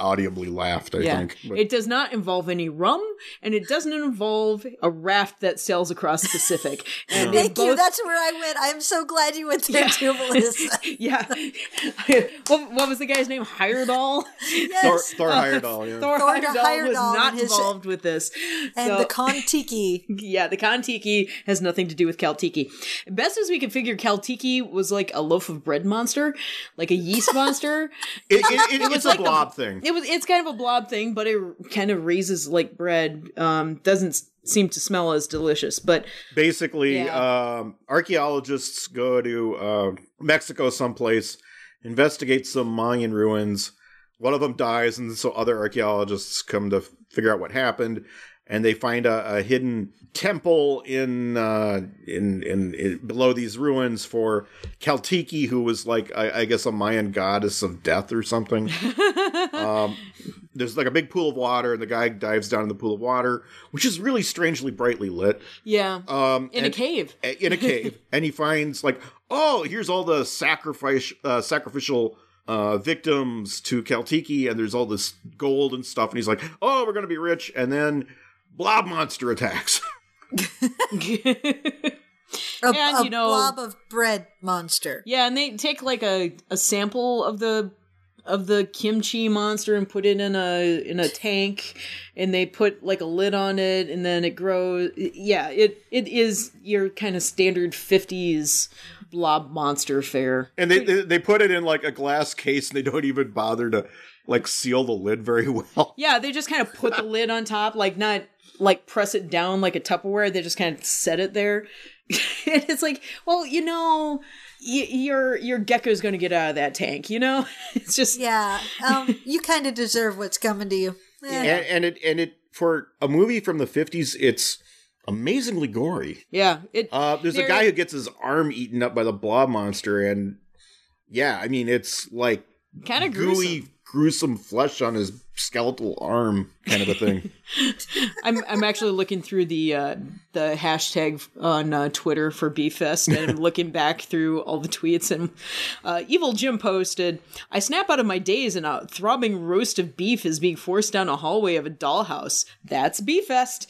Speaker 2: audibly laughed. I
Speaker 1: yeah.
Speaker 2: think. But-
Speaker 1: It does not involve any rum, and it doesn't involve a raft that sails across the Pacific. And they
Speaker 5: Thank you.
Speaker 1: both-
Speaker 5: That's where I went. I'm so glad you went there too, Melissa.
Speaker 1: yeah. what, what was the guy's name? Heyerdahl?
Speaker 2: Thor,
Speaker 5: Yes.
Speaker 2: uh, Thor Heyerdahl. Yeah.
Speaker 1: Thor,
Speaker 5: Thor
Speaker 1: Heyerdahl, was
Speaker 5: Heyerdahl
Speaker 1: not
Speaker 5: and his-
Speaker 1: involved with this.
Speaker 5: and
Speaker 1: So-
Speaker 5: the Kontiki.
Speaker 1: Yeah, the Kontiki has nothing to do with Kaltiki. Best as we can figure, Kaltiki was like a loaf of bread monster, like a yeast monster.
Speaker 2: It, it, it, it's a
Speaker 1: like a-
Speaker 2: blob thing.
Speaker 1: It was it's kind of a blob thing, but it kind of raises like bread. Um, doesn't s- seem to smell as delicious, but
Speaker 2: Basically,
Speaker 1: Yeah.
Speaker 2: um, archaeologists go to uh, Mexico someplace, investigate some Mayan ruins. One of them dies, and so other archaeologists come to figure out what happened, and they find a, a hidden temple in, uh, in in in below these ruins for Kaltiki, who was like I, I guess a Mayan goddess of death or something. um, there's like a big pool of water, and the guy dives down in the pool of water, which is really strangely brightly lit.
Speaker 1: yeah,
Speaker 2: Um,
Speaker 1: in a
Speaker 2: and-
Speaker 1: cave.
Speaker 2: a- in a cave, and he finds like, oh, here's all the sacrifice uh, sacrificial uh, victims to Kaltiki, and there's all this gold and stuff, and he's like, oh, we're gonna be rich, and then blob monster attacks.
Speaker 5: A,
Speaker 1: And,
Speaker 5: a
Speaker 1: you know-
Speaker 5: blob of bread monster.
Speaker 1: yeah, and they take like a, a sample of the of the kimchi monster and put it in a in a tank and they put like a lid on it and then it grows yeah it it is your kind of standard 50s blob monster fare
Speaker 2: and they, they they put it in like a glass case, and they don't even bother to like seal the lid very well.
Speaker 1: yeah they just kind of put the lid on top like not like press it down like a tupperware they just kind of set it there and it's like well you know y- your your gecko's gonna get out of that tank you know it's just
Speaker 5: Yeah. Um, you kind of deserve what's coming to you. Eh.
Speaker 2: And, and it and it for a movie from the fifties, it's amazingly gory.
Speaker 1: yeah it
Speaker 2: Uh, there's
Speaker 1: There-
Speaker 2: a guy who gets his arm eaten up by the blob monster, and yeah, I mean it's like
Speaker 1: kind of gruesome.
Speaker 2: gooey, gruesome flesh on his skeletal arm, kind of a thing.
Speaker 1: I'm I'm actually looking through the uh, the hashtag on uh, Twitter for Beefest, and I'm looking back through all the tweets. And uh, Evil Jim posted, "I snap out of my daze, and a throbbing roast of beef is being forced down a hallway of a dollhouse. That's Beefest."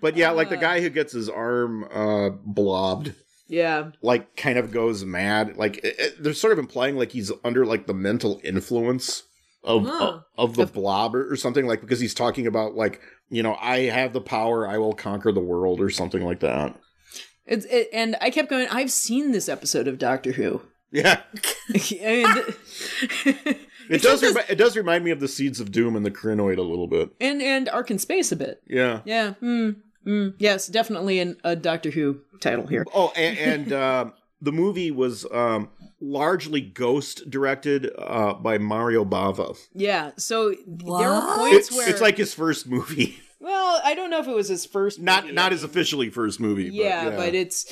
Speaker 2: But yeah, like the
Speaker 1: Uh.
Speaker 2: guy who gets his arm uh, blobbed,
Speaker 1: yeah,
Speaker 2: like kind of goes mad. Like it, it- they're sort of implying like he's under like the mental influence of uh,
Speaker 1: Huh.
Speaker 2: of, of the blob or, or something like because he's talking about like you know I have the power, I will conquer the world or something like that.
Speaker 1: it's it, and I kept going. I've seen this episode of Doctor Who.
Speaker 2: Yeah.
Speaker 1: I mean, th-
Speaker 2: It does. Remi- it does remind me of the Seeds of Doom and the Crinoid a little bit.
Speaker 1: and and Ark in Space a bit.
Speaker 2: Yeah.
Speaker 1: Yeah. Mm, mm, yes, definitely an, a Doctor Who title here.
Speaker 2: Oh, and, and um the movie was um, largely ghost directed uh, by Mario Bava.
Speaker 1: Yeah, so th- there are
Speaker 5: What?
Speaker 1: points
Speaker 2: It's,
Speaker 1: where
Speaker 2: it's like his first movie,
Speaker 1: well, I don't know if it was his first,
Speaker 2: not
Speaker 1: movie.
Speaker 2: not his officially first movie. but
Speaker 1: yeah, but, it's,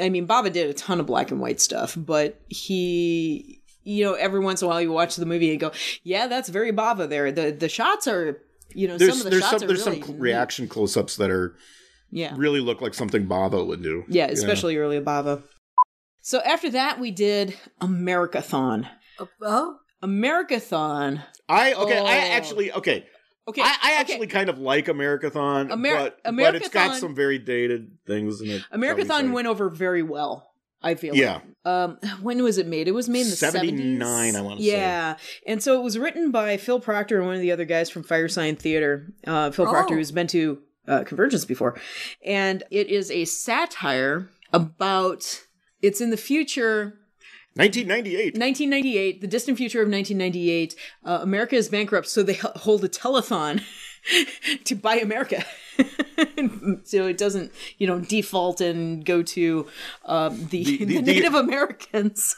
Speaker 1: I mean, Baba did a ton of black and white stuff, but he, you know, every once in a while you watch the movie and go, yeah, that's very Baba there. The the shots are, you know,
Speaker 2: there's
Speaker 1: some of the
Speaker 2: there's
Speaker 1: shots
Speaker 2: some
Speaker 1: are
Speaker 2: there's
Speaker 1: really,
Speaker 2: some reaction close ups that are
Speaker 1: yeah,
Speaker 2: really look like something Bava would do.
Speaker 1: yeah, especially early Baba. So after that, we did Americathon.
Speaker 5: Oh,
Speaker 1: Americathon.
Speaker 2: I okay. I
Speaker 1: Oh.
Speaker 2: actually okay.
Speaker 1: Okay,
Speaker 2: I, I
Speaker 1: okay.
Speaker 2: actually kind of like Americathon,
Speaker 1: Amer-
Speaker 2: but, but it's got
Speaker 1: Americathon-
Speaker 2: some very dated things in it. shall we say.
Speaker 1: Americathon went over very well. I feel like.
Speaker 2: Yeah,
Speaker 1: um when was it made it was made in the
Speaker 2: 79,
Speaker 1: 70s.
Speaker 2: I wanna say.
Speaker 1: yeah and so it was written by phil proctor and one of the other guys from firesign theater uh phil proctor
Speaker 5: Oh.
Speaker 1: who's been to uh, convergence before and it is a satire about it's in the future
Speaker 2: 1998.
Speaker 1: 1998 the distant future of 1998 uh, america is bankrupt so they h- hold a telethon to buy america so it doesn't you know default and go to um, the,
Speaker 2: The- the-
Speaker 1: the
Speaker 2: the-
Speaker 1: native americans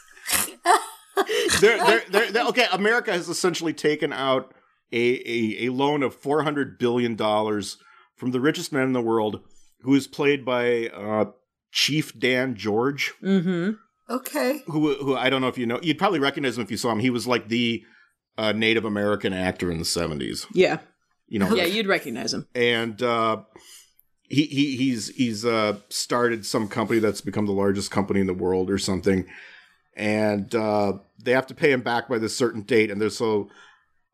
Speaker 2: they're, they're, they're, they're- okay, America has essentially taken out a, a, a loan of $400 billion from the richest man in the world, who is played by uh, Chief Dan George,
Speaker 1: Mm-hmm.
Speaker 5: Okay.
Speaker 2: who, who I don't know if you know. You'd probably recognize him if you saw him. He was like the uh, Native American actor in the 70s.
Speaker 1: Yeah.
Speaker 2: You know,
Speaker 1: Yeah, you'd recognize him.
Speaker 2: and uh, he, he he's he's uh, started some company that's become the largest company in the world or something, and uh, they have to pay him back by this certain date, and there's so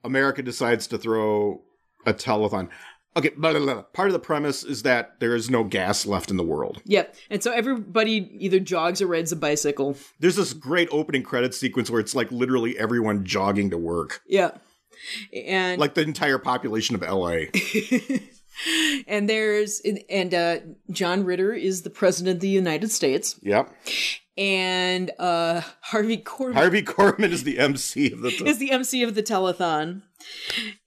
Speaker 2: America decides to throw a telethon. Okay, blah, blah, blah. part of the premise is that there is no gas left in the world.
Speaker 1: Yep. And so everybody either jogs or rides a bicycle.
Speaker 2: There's this great opening credit sequence where it's like literally everyone jogging to work,
Speaker 1: Yeah. And
Speaker 2: like the entire population of LA.
Speaker 1: and there's and uh, John Ritter is the president of the United States,
Speaker 2: yep.
Speaker 1: and uh, Harvey Corbin
Speaker 2: Harvey Korman is the MC of the.
Speaker 1: is the MC of the telethon.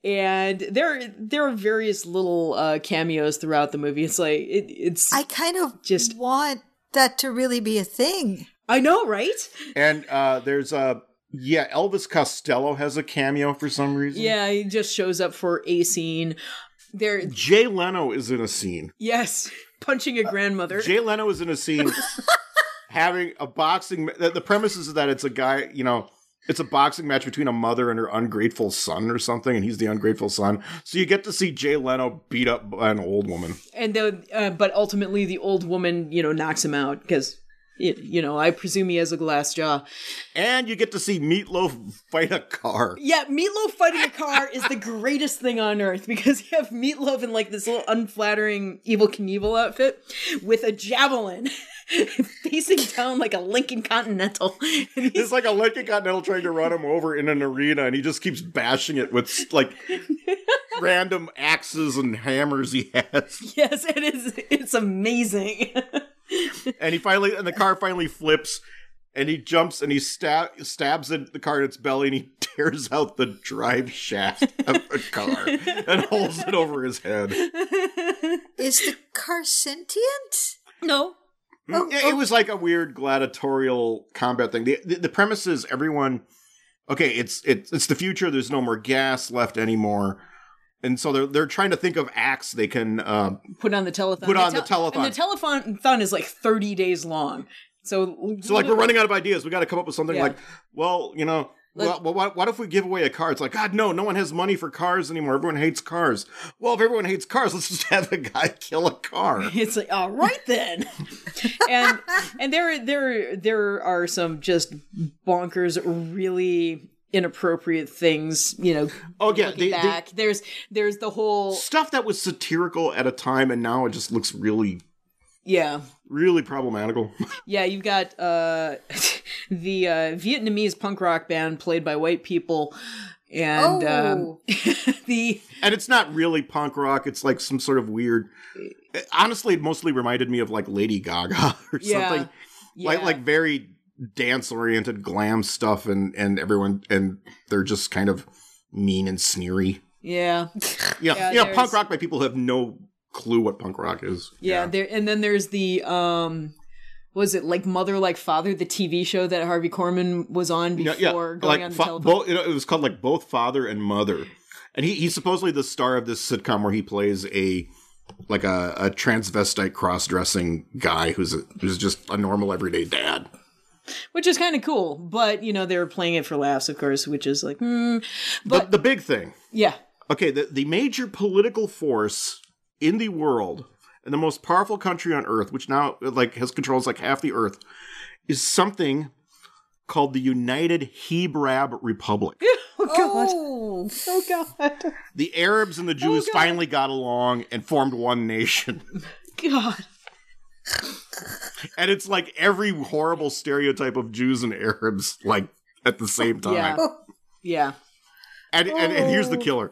Speaker 1: And there there are various little uh, cameos throughout the movie. It's like it, it's
Speaker 5: I kind of
Speaker 1: Just-
Speaker 5: just want that to really be a thing.
Speaker 1: I know, right?
Speaker 2: And uh, there's a yeah, Elvis Costello has a cameo for some reason.
Speaker 1: Yeah, he just shows up for a scene. There,
Speaker 2: Jay Leno is in a scene.
Speaker 1: yes, punching a grandmother.
Speaker 2: Jay Leno is in a scene having a boxing. ma- The, the premise is that it's a guy, you know, it's a boxing match between a mother and her ungrateful son or something, and he's the ungrateful son. So you get to see Jay Leno beat up by an old woman.
Speaker 1: and the uh, but ultimately the old woman you know knocks him out because you know i presume he has a glass jaw
Speaker 2: And you get to see Meatloaf fight a car.
Speaker 1: yeah meatloaf fighting a car is the greatest thing on earth because you have meatloaf in like this little unflattering evil knievel outfit with a javelin facing down like a lincoln continental and he's
Speaker 2: It's like a Lincoln Continental trying to run him over in an arena, and he just keeps bashing it with like random axes and hammers he has.
Speaker 1: yes it is it's amazing
Speaker 2: And he finally, and the car finally flips, and he jumps and he stab, stabs it, the car in its belly, and he tears out the drive shaft of the car and holds it over his head.
Speaker 5: Is the car sentient?
Speaker 1: no Oh,
Speaker 2: Yeah, it was like a weird gladiatorial combat thing. The, the the premise is everyone okay, it's it's it's the future, there's no more gas left anymore. And so they're they're trying to think of acts they can uh,
Speaker 1: put on the telethon
Speaker 2: Put on the telethon.
Speaker 1: and the telethon is like 30 days long so
Speaker 2: so like we're running out of ideas. We got to come up with something
Speaker 1: Yeah.
Speaker 2: like well, you know, well,
Speaker 1: Like-
Speaker 2: well, what, what if we give away a car? It's like, God, no, no one has money for cars anymore. Everyone hates cars. Well, if everyone hates cars, let's just have a guy kill a car.
Speaker 1: It's like, all right then. and and there there there are some just bonkers, really inappropriate things. You know,
Speaker 2: Oh, yeah. They, they,
Speaker 1: back there's there's the whole
Speaker 2: stuff that was satirical at a time, and now it just looks really,
Speaker 1: yeah
Speaker 2: really problematical.
Speaker 1: yeah. You've got uh the uh, Vietnamese punk rock band played by white people. And
Speaker 5: Oh.
Speaker 1: um, the
Speaker 2: and it's not really punk rock it's like some sort of weird honestly it mostly reminded me of like lady gaga or
Speaker 1: Yeah.
Speaker 2: something
Speaker 1: yeah,
Speaker 2: like like very dance oriented glam stuff and and everyone and they're just kind of mean and sneery
Speaker 1: yeah,
Speaker 2: yeah
Speaker 1: Yeah,
Speaker 2: yeah, you know
Speaker 1: there's-
Speaker 2: punk rock by people who have no clue what punk rock is
Speaker 1: yeah. There and then there's the um, was it like Mother Like Father, the TV show that Harvey Korman was on
Speaker 2: yeah,
Speaker 1: before
Speaker 2: yeah.
Speaker 1: going
Speaker 2: like
Speaker 1: on the
Speaker 2: fa-
Speaker 1: telephone.
Speaker 2: both you know, it was called like both father and mother and he, he's supposedly the star of this sitcom where he plays a like a, a transvestite cross-dressing guy who's a, who's just a normal everyday dad
Speaker 1: which is kind of cool. But you know, they were playing it for laughs, of course, which is like, hmm.
Speaker 2: the, the big thing
Speaker 1: yeah,
Speaker 2: okay the, the major political force in the world and the most powerful country on earth which now like has controls like half the earth is something called the united hebrab republic
Speaker 5: Oh,
Speaker 1: oh god,
Speaker 2: the arabs and the jews
Speaker 1: Oh, God.
Speaker 2: finally got along and formed one nation
Speaker 1: god,
Speaker 2: and it's like every horrible stereotype of jews and arabs like at the same time
Speaker 1: yeah, Oh. yeah,
Speaker 2: And, and and here's the killer: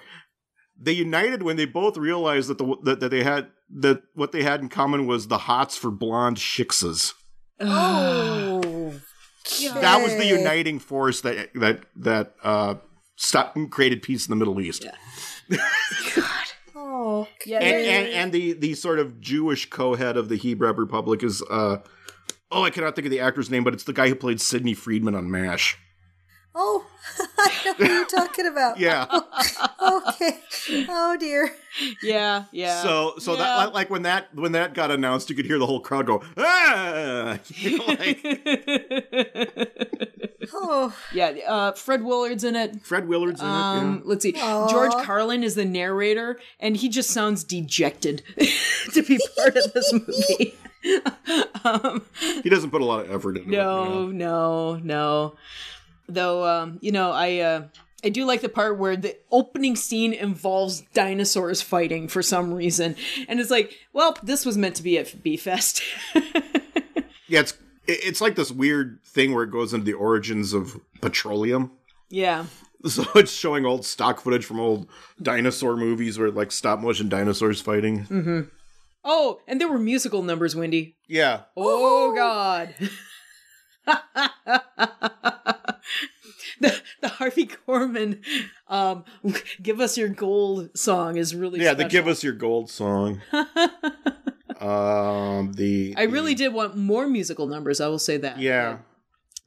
Speaker 2: they united when they both realized that the that, that they had that what they had in common was the hots for blonde shiksas.
Speaker 5: oh.
Speaker 2: That was the
Speaker 5: Okay.
Speaker 2: uniting force that that that uh, stopped and created peace in the Middle East.
Speaker 5: Oh,
Speaker 1: yeah.
Speaker 2: And,
Speaker 1: there-
Speaker 2: and and the the sort of Jewish co-head of the Hebrew Republic is uh oh I cannot think of the actor's name, but it's the guy who played Sidney Friedman on MASH.
Speaker 5: Oh, I know what you're talking about.
Speaker 2: Yeah.
Speaker 1: Oh,
Speaker 5: Okay. Oh dear.
Speaker 1: Yeah, yeah.
Speaker 2: So so
Speaker 1: Yeah.
Speaker 2: that like, like when that when that got announced, you could hear the whole crowd go ah. You know, like,
Speaker 5: Oh,
Speaker 1: yeah, uh, Fred Willard's in it.
Speaker 2: Fred Willard's in
Speaker 1: Um,
Speaker 2: it.
Speaker 1: Let's see. George Carlin is the narrator, and he just sounds dejected to be part of this movie. um,
Speaker 2: Yeah. He doesn't put a lot of effort into it. you
Speaker 1: no,
Speaker 2: know.
Speaker 1: no, no. Though, um, you know, I uh, I do like the part where the opening scene involves dinosaurs fighting for some reason, and it's like, well, this was meant to be at B Fest.
Speaker 2: Yeah, it's it- it's like this weird thing where it goes into the origins of petroleum.
Speaker 1: yeah,
Speaker 2: So it's showing old stock footage from old dinosaur movies where like stop motion dinosaurs fighting.
Speaker 1: Mm. Oh, and there were musical numbers, Wendy.
Speaker 2: Yeah.
Speaker 1: Oh God. the the Harvey Korman, um, give us your gold song is really
Speaker 2: Yeah, the
Speaker 1: special.
Speaker 2: give us your gold song. um the
Speaker 1: I really did want more musical numbers. I will say that.
Speaker 2: Yeah.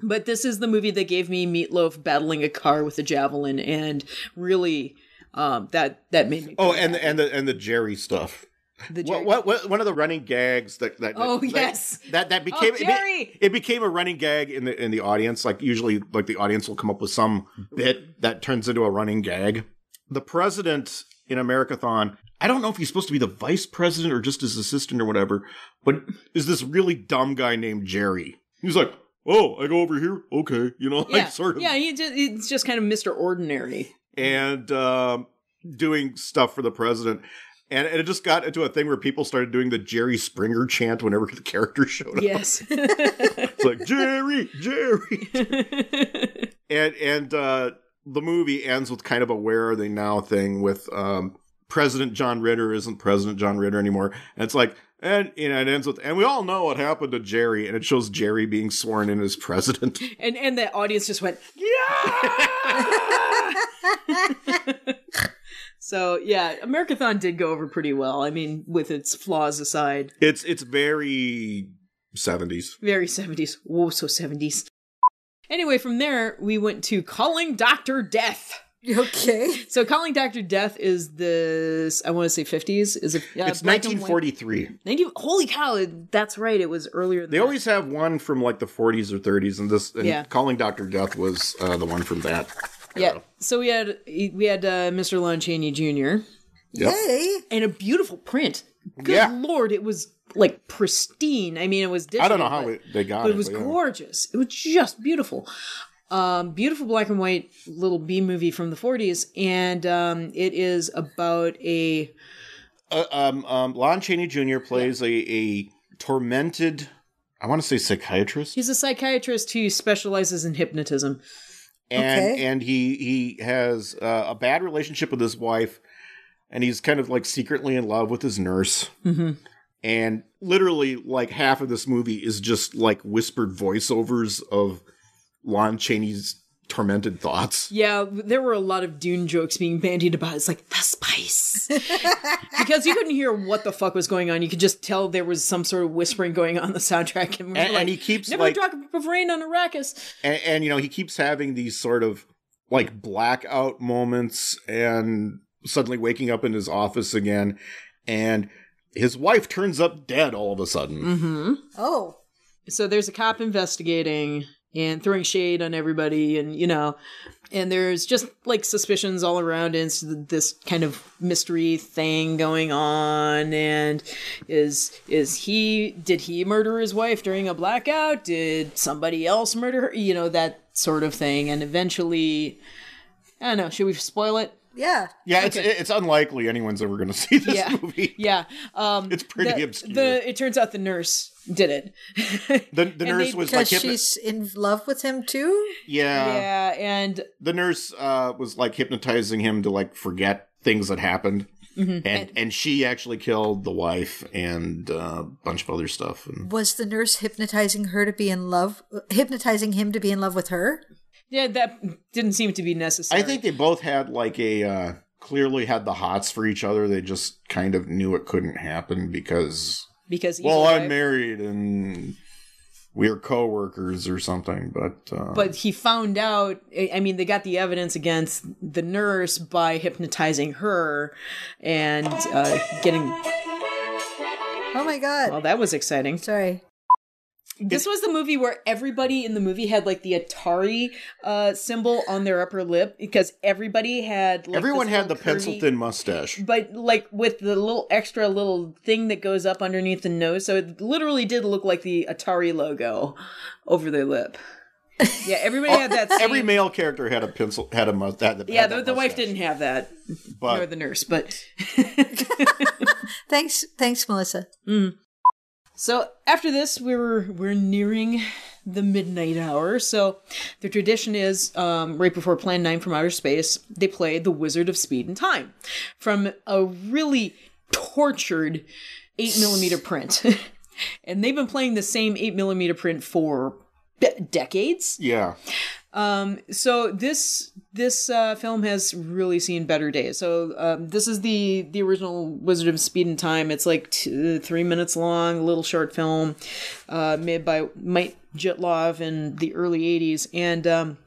Speaker 1: But this is the movie that gave me Meatloaf battling a car with a javelin, and really, um, that that made me.
Speaker 2: Oh, and the and the and the Jerry stuff.
Speaker 1: the
Speaker 2: What,
Speaker 1: Jerry-
Speaker 2: what, what, one of the running gags that, that
Speaker 1: Oh,
Speaker 2: that,
Speaker 1: yes. Oh,
Speaker 2: that that became it,
Speaker 1: Jerry!
Speaker 2: be- it became a running gag in the in the audience like usually like the audience will come up with some bit that turns into a running gag the president in americathon i don't know if he's supposed to be the vice president or just his assistant or whatever but is this really dumb guy named jerry he's like oh i go over here okay you know like
Speaker 1: Yeah,
Speaker 2: sort of
Speaker 1: yeah. He just, it's just kind of Mr. Ordinary.
Speaker 2: and um, doing stuff for the president. And and it just got into a thing where people started doing the Jerry Springer chant whenever the character showed up.
Speaker 1: Yes.
Speaker 2: It's like Jerry, Jerry, and and uh, the movie ends with kind of a "Where are they now?" thing with um, President John Ritter isn't President John Ritter anymore, and it's like and you know it ends with and we all know what happened to Jerry, and it shows Jerry being sworn in as president.
Speaker 1: and and the audience just went so yeah americathon did go over pretty well i mean with its flaws aside
Speaker 2: It's it's very seventies.
Speaker 1: very 70s whoa so 70s anyway from there we went to calling dr death
Speaker 5: Okay.
Speaker 1: so calling dr death is this i want to say 50s is it yeah,
Speaker 2: It's
Speaker 1: black and white-
Speaker 2: nineteen forty three.
Speaker 1: 90 holy cow it- that's right it was earlier than
Speaker 2: They
Speaker 1: that.
Speaker 2: always have one from like the 40s or 30s, and this and
Speaker 1: Yeah.
Speaker 2: calling Doctor Death was uh, the one from that.
Speaker 1: yeah so we had we had uh, mr lon chaney jr
Speaker 2: Yep.
Speaker 5: Yay.
Speaker 1: and a beautiful print. Good
Speaker 2: Yeah.
Speaker 1: lord, it was like pristine. I mean, it was. Digital,
Speaker 2: I don't know how
Speaker 1: but,
Speaker 2: it, they got
Speaker 1: but
Speaker 2: it.
Speaker 1: it was
Speaker 2: but, yeah.
Speaker 1: gorgeous. It was just beautiful. Um, beautiful black and white little B movie from the 40s, and um, it is about a
Speaker 2: Uh, um, um, Lon Chaney Jr. plays a, a tormented, I want to say psychiatrist,
Speaker 1: he's a psychiatrist who specializes in hypnotism.
Speaker 2: and
Speaker 5: Okay.
Speaker 2: and he he has uh, a bad relationship with his wife, and he's kind of like secretly in love with his nurse.
Speaker 1: Mm-hmm.
Speaker 2: And literally, like half of this movie is just like whispered voiceovers of Lon Chaney's tormented thoughts.
Speaker 1: Yeah, there were a lot of Dune jokes being bandied about. It's like the spice, because you couldn't hear what the fuck was going on. You could just tell there was some sort of whispering going on in the soundtrack, and, we were
Speaker 2: and,
Speaker 1: like,
Speaker 2: and he keeps
Speaker 1: never
Speaker 2: like
Speaker 1: drop of rain on Arrakis.
Speaker 2: and, and you know he keeps having these sort of like blackout moments and suddenly waking up in his office again and his wife turns up dead all of a sudden
Speaker 1: Mm-hmm.
Speaker 5: Oh.
Speaker 1: So there's a cop investigating and throwing shade on everybody, and you know, and there's just like suspicions all around, and it's th- this kind of mystery thing going on. And is is he did he murder his wife during a blackout? Did somebody else murder her? You know that sort of thing. And eventually, I don't know. Should we spoil it?
Speaker 5: Yeah.
Speaker 2: yeah it's it's unlikely anyone's ever going to see this
Speaker 1: Yeah.
Speaker 2: movie
Speaker 1: Yeah. Um,
Speaker 2: it's pretty
Speaker 1: the,
Speaker 2: obscure
Speaker 1: the- it turns out the nurse did it.
Speaker 2: the, the
Speaker 1: and
Speaker 2: nurse
Speaker 1: they-
Speaker 2: was like
Speaker 5: Because
Speaker 2: hypno-
Speaker 5: she's in love with him too?
Speaker 2: yeah,
Speaker 1: yeah, and
Speaker 2: the nurse uh was like hypnotizing him to like forget things that happened
Speaker 1: Mm-hmm.
Speaker 2: and and she actually killed the wife and uh, a bunch of other stuff and
Speaker 5: Was the nurse hypnotizing her to be in love? Hypnotizing him to be in love with her?
Speaker 1: yeah, that didn't seem to be necessary.
Speaker 2: I think they both had like a uh, clearly had the hots for each other. They just kind of knew it couldn't happen because
Speaker 1: because either
Speaker 2: well,
Speaker 1: way-
Speaker 2: I'm married and we're coworkers or something, but uh,
Speaker 1: But he found out. I I mean, they got the evidence against the nurse by hypnotizing her and uh, getting.
Speaker 5: Oh my god.
Speaker 1: Well, that was exciting.
Speaker 5: Sorry.
Speaker 1: This was the movie where everybody in the movie had like the Atari uh, symbol on their upper lip because everybody had. Like,
Speaker 2: everyone
Speaker 1: this
Speaker 2: had the
Speaker 1: little curvy-
Speaker 2: pencil thin mustache.
Speaker 1: But like with the little extra little thing that goes up underneath the nose, so it literally did look like the Atari logo over their lip. Yeah, everybody had that. Same,
Speaker 2: Oh, Every male character had a pencil, had a must, had
Speaker 1: yeah,
Speaker 2: had
Speaker 1: the,
Speaker 2: that
Speaker 1: the wife
Speaker 2: mustache.
Speaker 1: didn't have that, nor
Speaker 2: But
Speaker 1: the nurse. But
Speaker 5: Thanks thanks Melissa.
Speaker 1: So after this, we were we're nearing the midnight hour. So the tradition is um, right before Plan Nine from Outer Space, they play The Wizard of Speed and Time from a really tortured eight millimeter print, and they've been playing the same eight millimeter print for de- decades.
Speaker 2: yeah,
Speaker 1: Um, so this this uh, film has really seen better days. So um, this is the the original Wizard of Speed and Time. It's like two, three minutes long, a little short film, uh, made by Mike Jitlov in the early '80s. And um,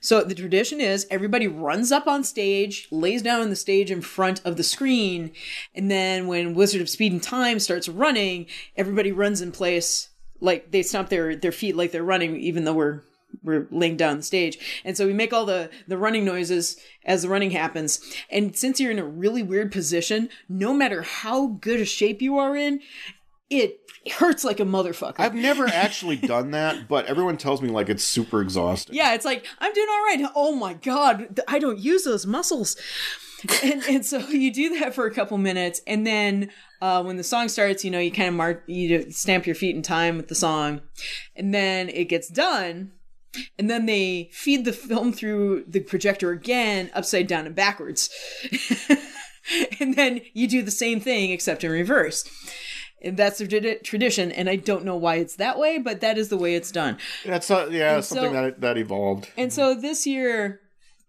Speaker 1: so the tradition is everybody runs up on stage, lays down on the stage in front of the screen, and then when Wizard of Speed and Time starts running, everybody runs in place. Like they stomp their their feet like they're running, even though we're we're laying down the stage and so we make all the the running noises as the running happens and since you're in a really weird position no matter how good a shape you are in it hurts like a motherfucker
Speaker 2: I've never actually done that, but everyone tells me like it's super exhausting.
Speaker 1: yeah it's like i'm doing all right oh my god i don't use those muscles and, and so you do that for a couple minutes and then uh, when the song starts you know you kind of mark you stamp your feet in time with the song and then it gets done and then they feed the film through the projector again upside down and backwards and then you do the same thing except in reverse and that's the tradi- tradition and i don't know why it's that way but that is the way it's done
Speaker 2: that's uh, yeah that's
Speaker 1: so-
Speaker 2: something that that evolved.
Speaker 1: and so this year,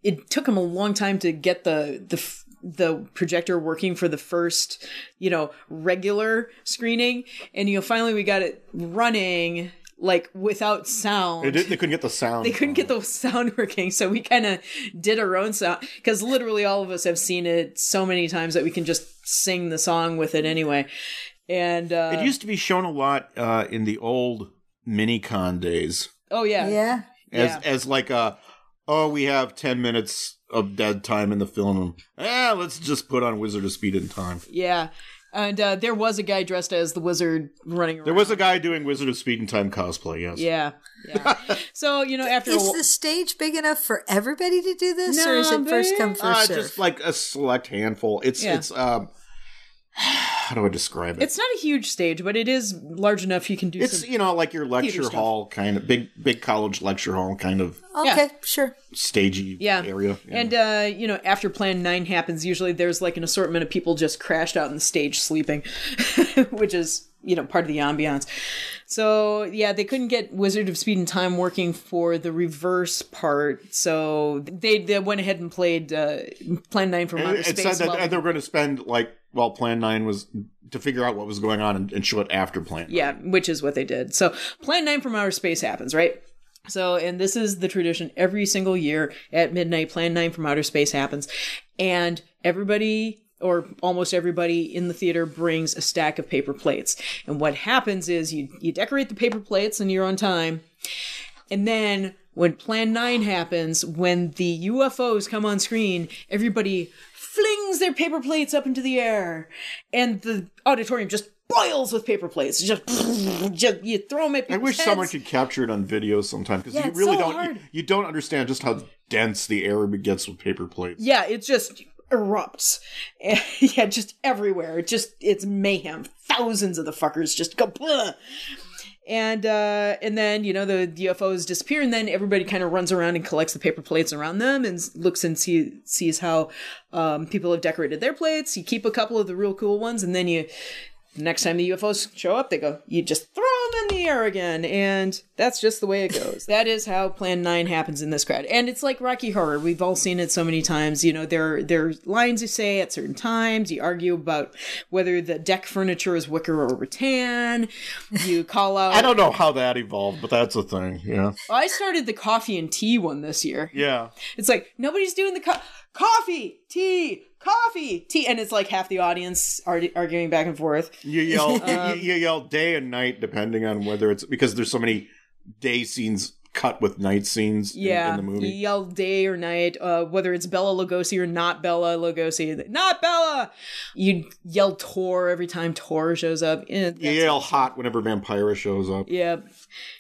Speaker 1: it took him a long time to get the the f- the projector working for the first, you know, regular screening, and you know, finally we got it running like without sound.
Speaker 2: They, did, they couldn't get the sound.
Speaker 1: They couldn't get the sound working, so we kind of did our own sound because literally all of us have seen it so many times that we can just sing the song with it anyway. And uh,
Speaker 2: It used to be shown a lot uh, in the old minicon days.
Speaker 1: oh yeah,
Speaker 5: Yeah.
Speaker 2: as
Speaker 1: Yeah.
Speaker 2: as like a oh we have 10 minutes of dead time in the film ah let's just put on wizard of speed and time
Speaker 1: yeah. And uh, there was a guy dressed as the wizard running around.
Speaker 2: there was a guy doing wizard of speed and time cosplay yes
Speaker 1: Yeah. Yeah. so, you know, after a
Speaker 5: Is
Speaker 1: wh-
Speaker 5: the stage big enough for everybody to do this, or is
Speaker 1: No,
Speaker 5: it first
Speaker 1: babe.
Speaker 5: come first
Speaker 2: uh,
Speaker 5: serve?
Speaker 2: just like a select handful it's
Speaker 1: Yeah.
Speaker 2: it's um how do i describe it
Speaker 1: it's not a huge stage, but it is large enough you can do
Speaker 2: it's
Speaker 1: some
Speaker 2: you know like your lecture
Speaker 1: stuff.
Speaker 2: hall kind of big big college lecture hall kind of
Speaker 5: okay, sure.
Speaker 2: stagey
Speaker 1: yeah.
Speaker 2: area Yeah.
Speaker 1: And uh, you know, after plan 9 happens, usually there's like an assortment of people just crashed out on the stage sleeping, which is, you know, part of the ambiance. So, yeah, they couldn't get Wizard of Speed and Time working for the reverse part. So, they, they went ahead and played uh, plan 9 from
Speaker 2: And
Speaker 1: outer
Speaker 2: it
Speaker 1: space.
Speaker 2: said that
Speaker 1: while-
Speaker 2: they were going to spend like while plan 9 was to figure out what was going on and, and show it after plan
Speaker 1: Yeah, which is what they did. So Plan 9 from Outer Space happens, right? So, and this is the tradition every single year at midnight, Plan 9 from Outer Space happens. And everybody, or almost everybody in the theater, brings a stack of paper plates. And what happens is you, you decorate the paper plates and you're on time. And then when Plan 9 happens, when the UFOs come on screen, everybody flings their paper plates up into the air and the auditorium just boils with paper plates. Just, just- you throw them at
Speaker 2: I
Speaker 1: people's
Speaker 2: wish someone
Speaker 1: heads.
Speaker 2: could capture it on video sometime because
Speaker 1: Yeah,
Speaker 2: you
Speaker 1: it's
Speaker 2: really
Speaker 1: so
Speaker 2: don't
Speaker 1: hard.
Speaker 2: You, you don't understand just how dense the air gets with paper plates.
Speaker 1: Yeah, it just erupts. yeah, just everywhere. It just it's mayhem. Thousands of the fuckers just go. "Bleh." And uh, and then you know the UFOs disappear, and then everybody kind of runs around and collects the paper plates around them, and s- looks and see, sees how um, people have decorated their plates. You keep a couple of the real cool ones, and then you next time the UFOs show up, they go you just throw them in the the air again, and that's just the way it goes. that is how Plan Nine happens in this crowd, and it's like Rocky Horror. We've all seen it so many times. You know, there there are lines you say at certain times. You argue about whether the deck furniture is wicker or rattan. You call out.
Speaker 2: I don't know how that evolved, but that's a thing. Yeah.
Speaker 1: I started the coffee and tea one this year.
Speaker 2: Yeah.
Speaker 1: It's like nobody's doing the co- coffee, tea, coffee, tea, and it's like half the audience ar- arguing back and forth.
Speaker 2: You yell
Speaker 1: Um,
Speaker 2: you, you yell day and night depending on whether it's because there's so many day scenes cut with night scenes in-
Speaker 1: Yeah,
Speaker 2: in, the movie.
Speaker 1: you yell day or night, uh, whether it's Bella Lugosi or not Bella Lugosi, not Bella. You yell Tor every time Tor shows up. Eh,
Speaker 2: You
Speaker 1: that's-
Speaker 2: yell hot whenever Vampira shows up.
Speaker 1: yeah,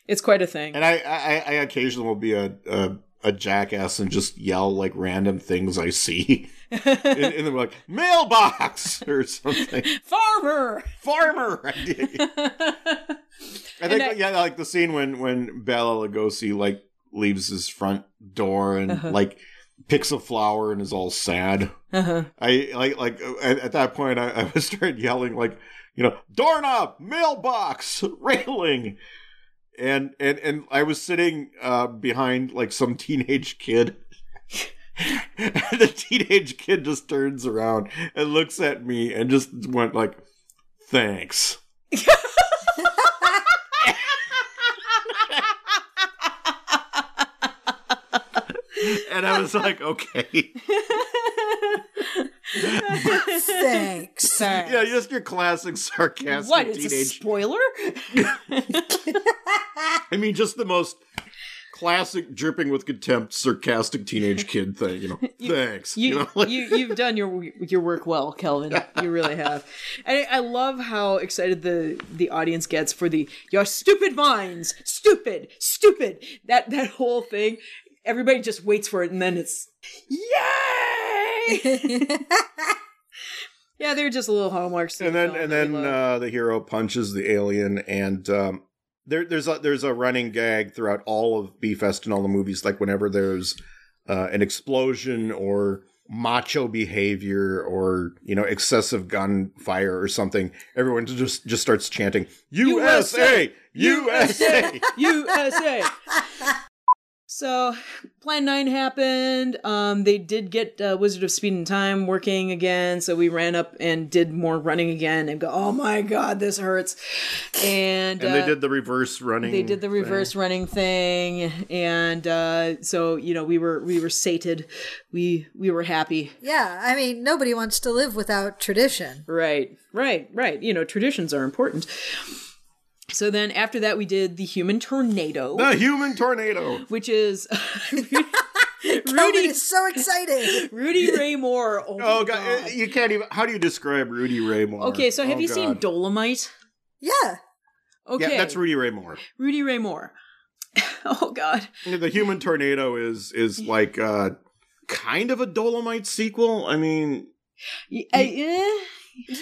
Speaker 1: it's quite a thing.
Speaker 2: And I, I, I occasionally will be a, a a jackass and just yell like random things I see, and, and then like mailbox or something.
Speaker 1: Farmer.
Speaker 2: Farmer. I did. I think
Speaker 1: I-
Speaker 2: yeah, like the scene when when Bela Lugosi like leaves his front door and like picks a flower and is all sad.
Speaker 1: Uh-huh.
Speaker 2: I like like at, at that point I, I was started yelling like you know doorknob mailbox railing and and and I was sitting uh behind like some teenage kid and the teenage kid just turns around and looks at me and just went like thanks and I was like okay
Speaker 5: Thanks.
Speaker 2: yeah just your classic sarcastic
Speaker 1: what? It's a
Speaker 2: teenage
Speaker 1: spoiler.
Speaker 2: I mean, just the most classic dripping with contempt, sarcastic teenage kid thing. You know, thanks. You,
Speaker 1: You,
Speaker 2: know, like,
Speaker 1: you you've done your your work well, Kelvin. You really have. And I I love how excited the the audience gets for the your stupid minds, stupid, stupid. That that whole thing. Everybody just waits for it, and then it's yay. yeah, they're just a little hallmarks. to
Speaker 2: and
Speaker 1: the
Speaker 2: then
Speaker 1: film
Speaker 2: and
Speaker 1: that we
Speaker 2: then
Speaker 1: love.
Speaker 2: uh, the hero punches the alien, and um, there, there's a, there's a running gag throughout all of B Fest and all the movies. Like whenever there's uh, an explosion or macho behavior or you know excessive gunfire or something, everyone just just starts chanting USA USA.
Speaker 1: USA. So, Plan 9 happened. Um, they did get uh, Wizard of Speed and Time working again. So, we ran up and did more running again and go, oh my God, this hurts. And,
Speaker 2: And
Speaker 1: uh,
Speaker 2: they did the reverse running.
Speaker 1: they did the reverse running thing. And uh, so, you know, we were we were sated. We we were happy.
Speaker 5: Yeah, I mean, nobody wants to live without tradition.
Speaker 1: Right, right, right. You know, traditions are important. So then after that, we did the human tornado.
Speaker 2: The human tornado.
Speaker 1: which is
Speaker 5: Kelvin
Speaker 1: Rudy
Speaker 5: is so excited.
Speaker 1: Rudy Ray Moore. Oh,
Speaker 2: Oh
Speaker 1: my
Speaker 2: god,
Speaker 1: god.
Speaker 2: uh, you can't even. How do you describe Rudy Ray Moore?
Speaker 1: Okay, so have
Speaker 2: Oh,
Speaker 1: you seen
Speaker 2: God.
Speaker 1: Dolomite?
Speaker 5: Yeah.
Speaker 1: Okay,
Speaker 2: Yeah, that's Rudy Ray Moore.
Speaker 1: Rudy Ray Moore. oh god,
Speaker 2: The Human Tornado is is like uh, kind of a Dolomite sequel. I mean,
Speaker 1: Y- I- eh,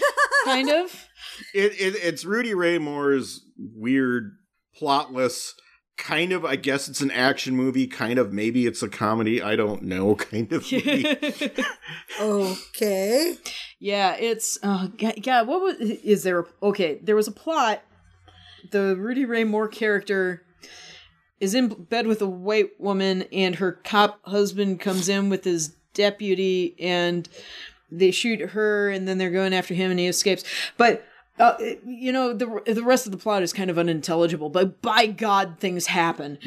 Speaker 1: kind of.
Speaker 2: it, it it's Rudy Ray Moore's weird, plotless. Kind of, I guess it's an action movie. Kind of, maybe it's a comedy. I don't know. Kind of. movie.
Speaker 5: Okay.
Speaker 1: yeah, it's oh god, god, what was is there? a- Okay, there was a plot. The Rudy Ray Moore character is in bed with a white woman, and her cop husband comes in with his deputy, and they shoot her, and then they're going after him, and he escapes. But uh, you know, the the rest of the plot is kind of unintelligible. But by God, things happen.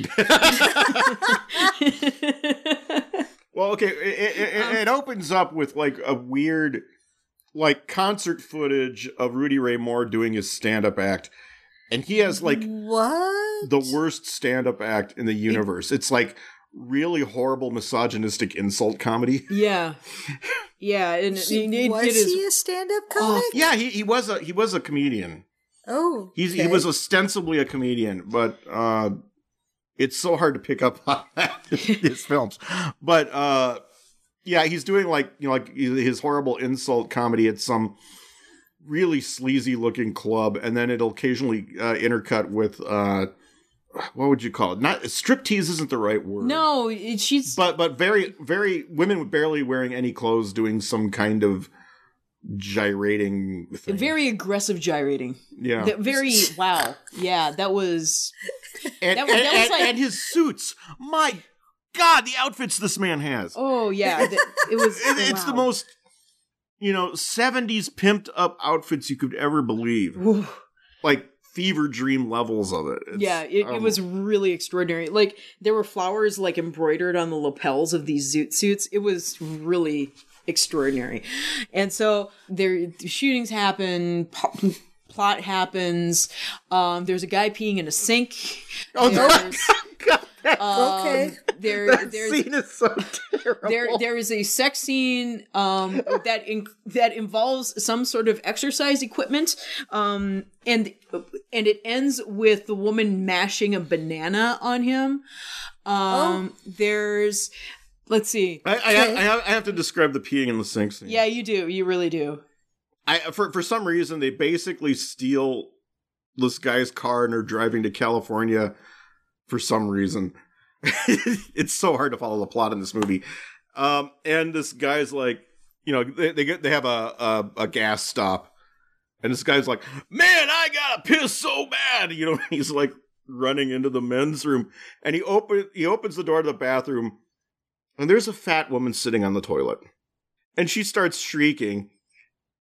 Speaker 2: Well, okay, it, it, it, it opens up with like a weird, like concert footage of Rudy Ray Moore doing his stand up act, and he has like
Speaker 5: What?
Speaker 2: the worst stand up act in the universe. It's like really horrible misogynistic insult comedy.
Speaker 1: yeah, yeah, and it, it, it
Speaker 5: was
Speaker 1: is
Speaker 5: he a stand-up comic?
Speaker 2: Oh, Yeah, he, he was a he was a comedian.
Speaker 5: Oh,
Speaker 2: He's he
Speaker 5: okay.
Speaker 2: was ostensibly a comedian, but uh it's so hard to pick up on that in his films. But uh yeah, he's doing like you know like his horrible insult comedy at some really sleazy looking club and then it'll occasionally uh, intercut with uh what would you call it? Not striptease isn't the right word.
Speaker 1: no, it, she's
Speaker 2: but but very very women barely wearing any clothes doing some kind of gyrating thing.
Speaker 1: Very aggressive gyrating.
Speaker 2: yeah.
Speaker 1: That very wow. Yeah, that was
Speaker 2: and,
Speaker 1: that was-
Speaker 2: and-
Speaker 1: that was
Speaker 2: and-
Speaker 1: like-
Speaker 2: and his suits. My God, the outfits this man has.
Speaker 1: Oh yeah, that, it was
Speaker 2: It- it's the
Speaker 1: wow.
Speaker 2: most, you know, 70s pimped up outfits you could ever believe.
Speaker 1: Whew.
Speaker 2: Like fever dream levels of it. It's,
Speaker 1: yeah, it, it
Speaker 2: um,
Speaker 1: was really extraordinary. Like there were flowers like embroidered on the lapels of these zoot suits. It was really extraordinary. And so there shootings happen, po- plot happens. Um there's a guy peeing in a sink.
Speaker 2: Oh, no.
Speaker 1: There's-
Speaker 2: God, that,
Speaker 1: um,
Speaker 5: Okay.
Speaker 1: There
Speaker 2: that
Speaker 1: there's
Speaker 2: scene is so terrible.
Speaker 1: there there is a sex scene um that in, that involves some sort of exercise equipment um and and it ends with the woman mashing a banana on him
Speaker 2: Oh.
Speaker 1: um there's let's see
Speaker 2: I, I, have, I, have, I have to describe the peeing in the sink scene.
Speaker 1: yeah you do you really do
Speaker 2: I, for for some reason they basically steal this guy's car and are driving to California for some reason. it's so hard to follow the plot in this movie. Um, and this guy's like, you know, they, they get they have a, a a gas stop, and this guy's like, "Man, I gotta piss so bad," you know. He's like running into the men's room, and he open he opens the door to the bathroom, and there's a fat woman sitting on the toilet, and she starts shrieking,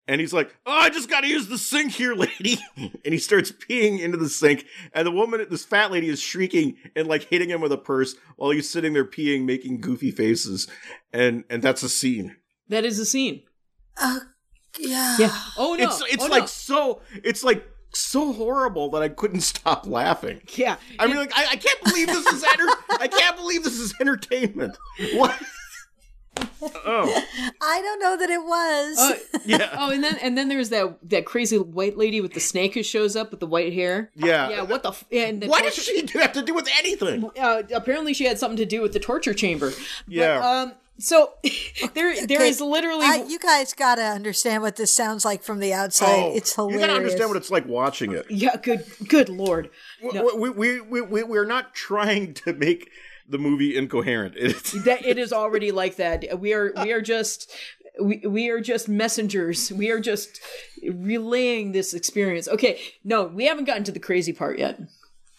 Speaker 2: and he's like, "Oh, I just got to use the sink here, lady." and he starts peeing into the sink, and the woman, this fat lady, is shrieking and like hitting him with a purse while he's sitting there peeing, making goofy faces, and and that's a scene.
Speaker 1: that is a scene
Speaker 5: Yeah.
Speaker 1: yeah oh no
Speaker 2: it's it's
Speaker 1: Oh, no.
Speaker 2: like so it's like so horrible that I couldn't stop laughing.
Speaker 1: yeah
Speaker 2: I mean, like I, I can't believe this is enter- I can't believe this is entertainment. What? oh
Speaker 5: I don't know that it was.
Speaker 1: Uh,
Speaker 2: yeah.
Speaker 1: oh and then and then there's that that crazy white lady with the snake who shows up with the white hair
Speaker 2: Yeah.
Speaker 1: yeah what the f- and the
Speaker 2: What
Speaker 1: torture-
Speaker 2: does she have to do with anything?
Speaker 1: uh, apparently she had something to do with the torture chamber. But,
Speaker 2: Yeah.
Speaker 1: um. So there, there
Speaker 5: Okay.
Speaker 1: is literally.
Speaker 5: I, you guys gotta understand what this sounds like from the outside. it's
Speaker 2: Oh. you
Speaker 5: hilarious.
Speaker 2: gotta understand what it's like watching it.
Speaker 1: yeah. Good. Good lord. No.
Speaker 2: We, we, we, we, we're not trying to make the movie incoherent. It's,
Speaker 1: That it is already like that. We are. We are just. We, we are just messengers. We are just relaying this experience. Okay, no, we haven't gotten to the crazy part yet.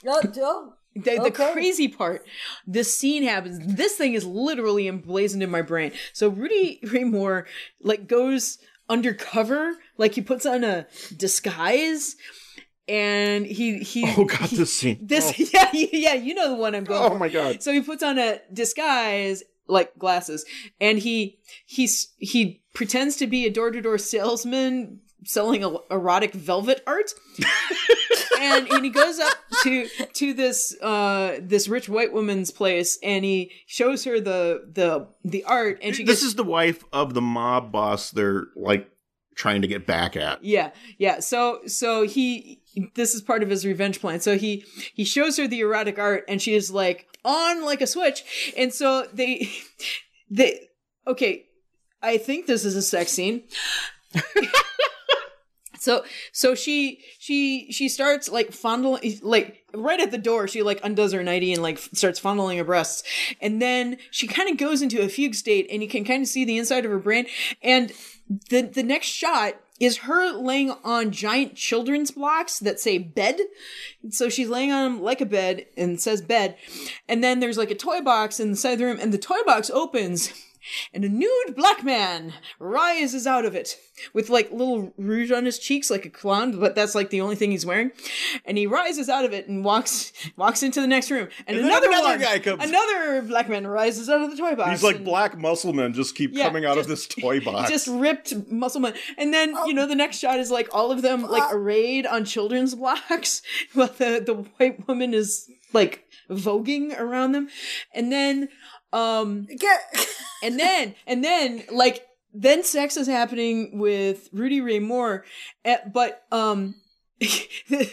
Speaker 5: No, no.
Speaker 1: The, the
Speaker 5: Okay.
Speaker 1: crazy part, this scene happens. This thing is literally emblazoned in my brain. So Rudy Ray Moore like goes undercover, like he puts on a disguise, and he he
Speaker 2: oh, God, this scene.
Speaker 1: this yeah yeah you know the one I'm going.
Speaker 2: Oh,
Speaker 1: for.
Speaker 2: my God.
Speaker 1: So he puts on a disguise like glasses and he he's he pretends to be a door-to-door salesman selling el- erotic velvet art. and and he goes up to to this uh this rich white woman's place and he shows her the the the art and she
Speaker 2: This
Speaker 1: gets
Speaker 2: is the wife of the mob boss they're, like, trying to get back at.
Speaker 1: Yeah, yeah. So so he this is part of his revenge plan. So he he shows her the erotic art and she is like on like a switch. And so they they okay, I think this is a sex scene. so so she she she starts like fondling like right at the door she like undoes her nightie and like f- starts fondling her breasts and then she kind of goes into a fugue state and you can kind of see the inside of her brain and the the next shot is her laying on giant children's blocks that say bed so she's laying on them like a bed and says bed and then there's like a toy box in the side of the room and the toy box opens and a nude black man rises out of it with like little rouge on his cheeks like a clown but that's like the only thing he's wearing and he rises out of it and walks walks into the next room and,
Speaker 2: And then
Speaker 1: another,
Speaker 2: another
Speaker 1: one,
Speaker 2: guy comes.
Speaker 1: another black man rises out of the toy box
Speaker 2: These, like,
Speaker 1: and-
Speaker 2: black muscle men just keep
Speaker 1: Yeah,
Speaker 2: coming out of this
Speaker 1: just-
Speaker 2: toy box.
Speaker 1: just ripped muscle man. And then, you know, the next shot is like all of them like arrayed on children's blocks while the, the white woman is like voguing around them. And then, um,
Speaker 5: Get-
Speaker 1: and then, and then like, then sex is happening with Rudy Ray Moore, eh, but, um, the,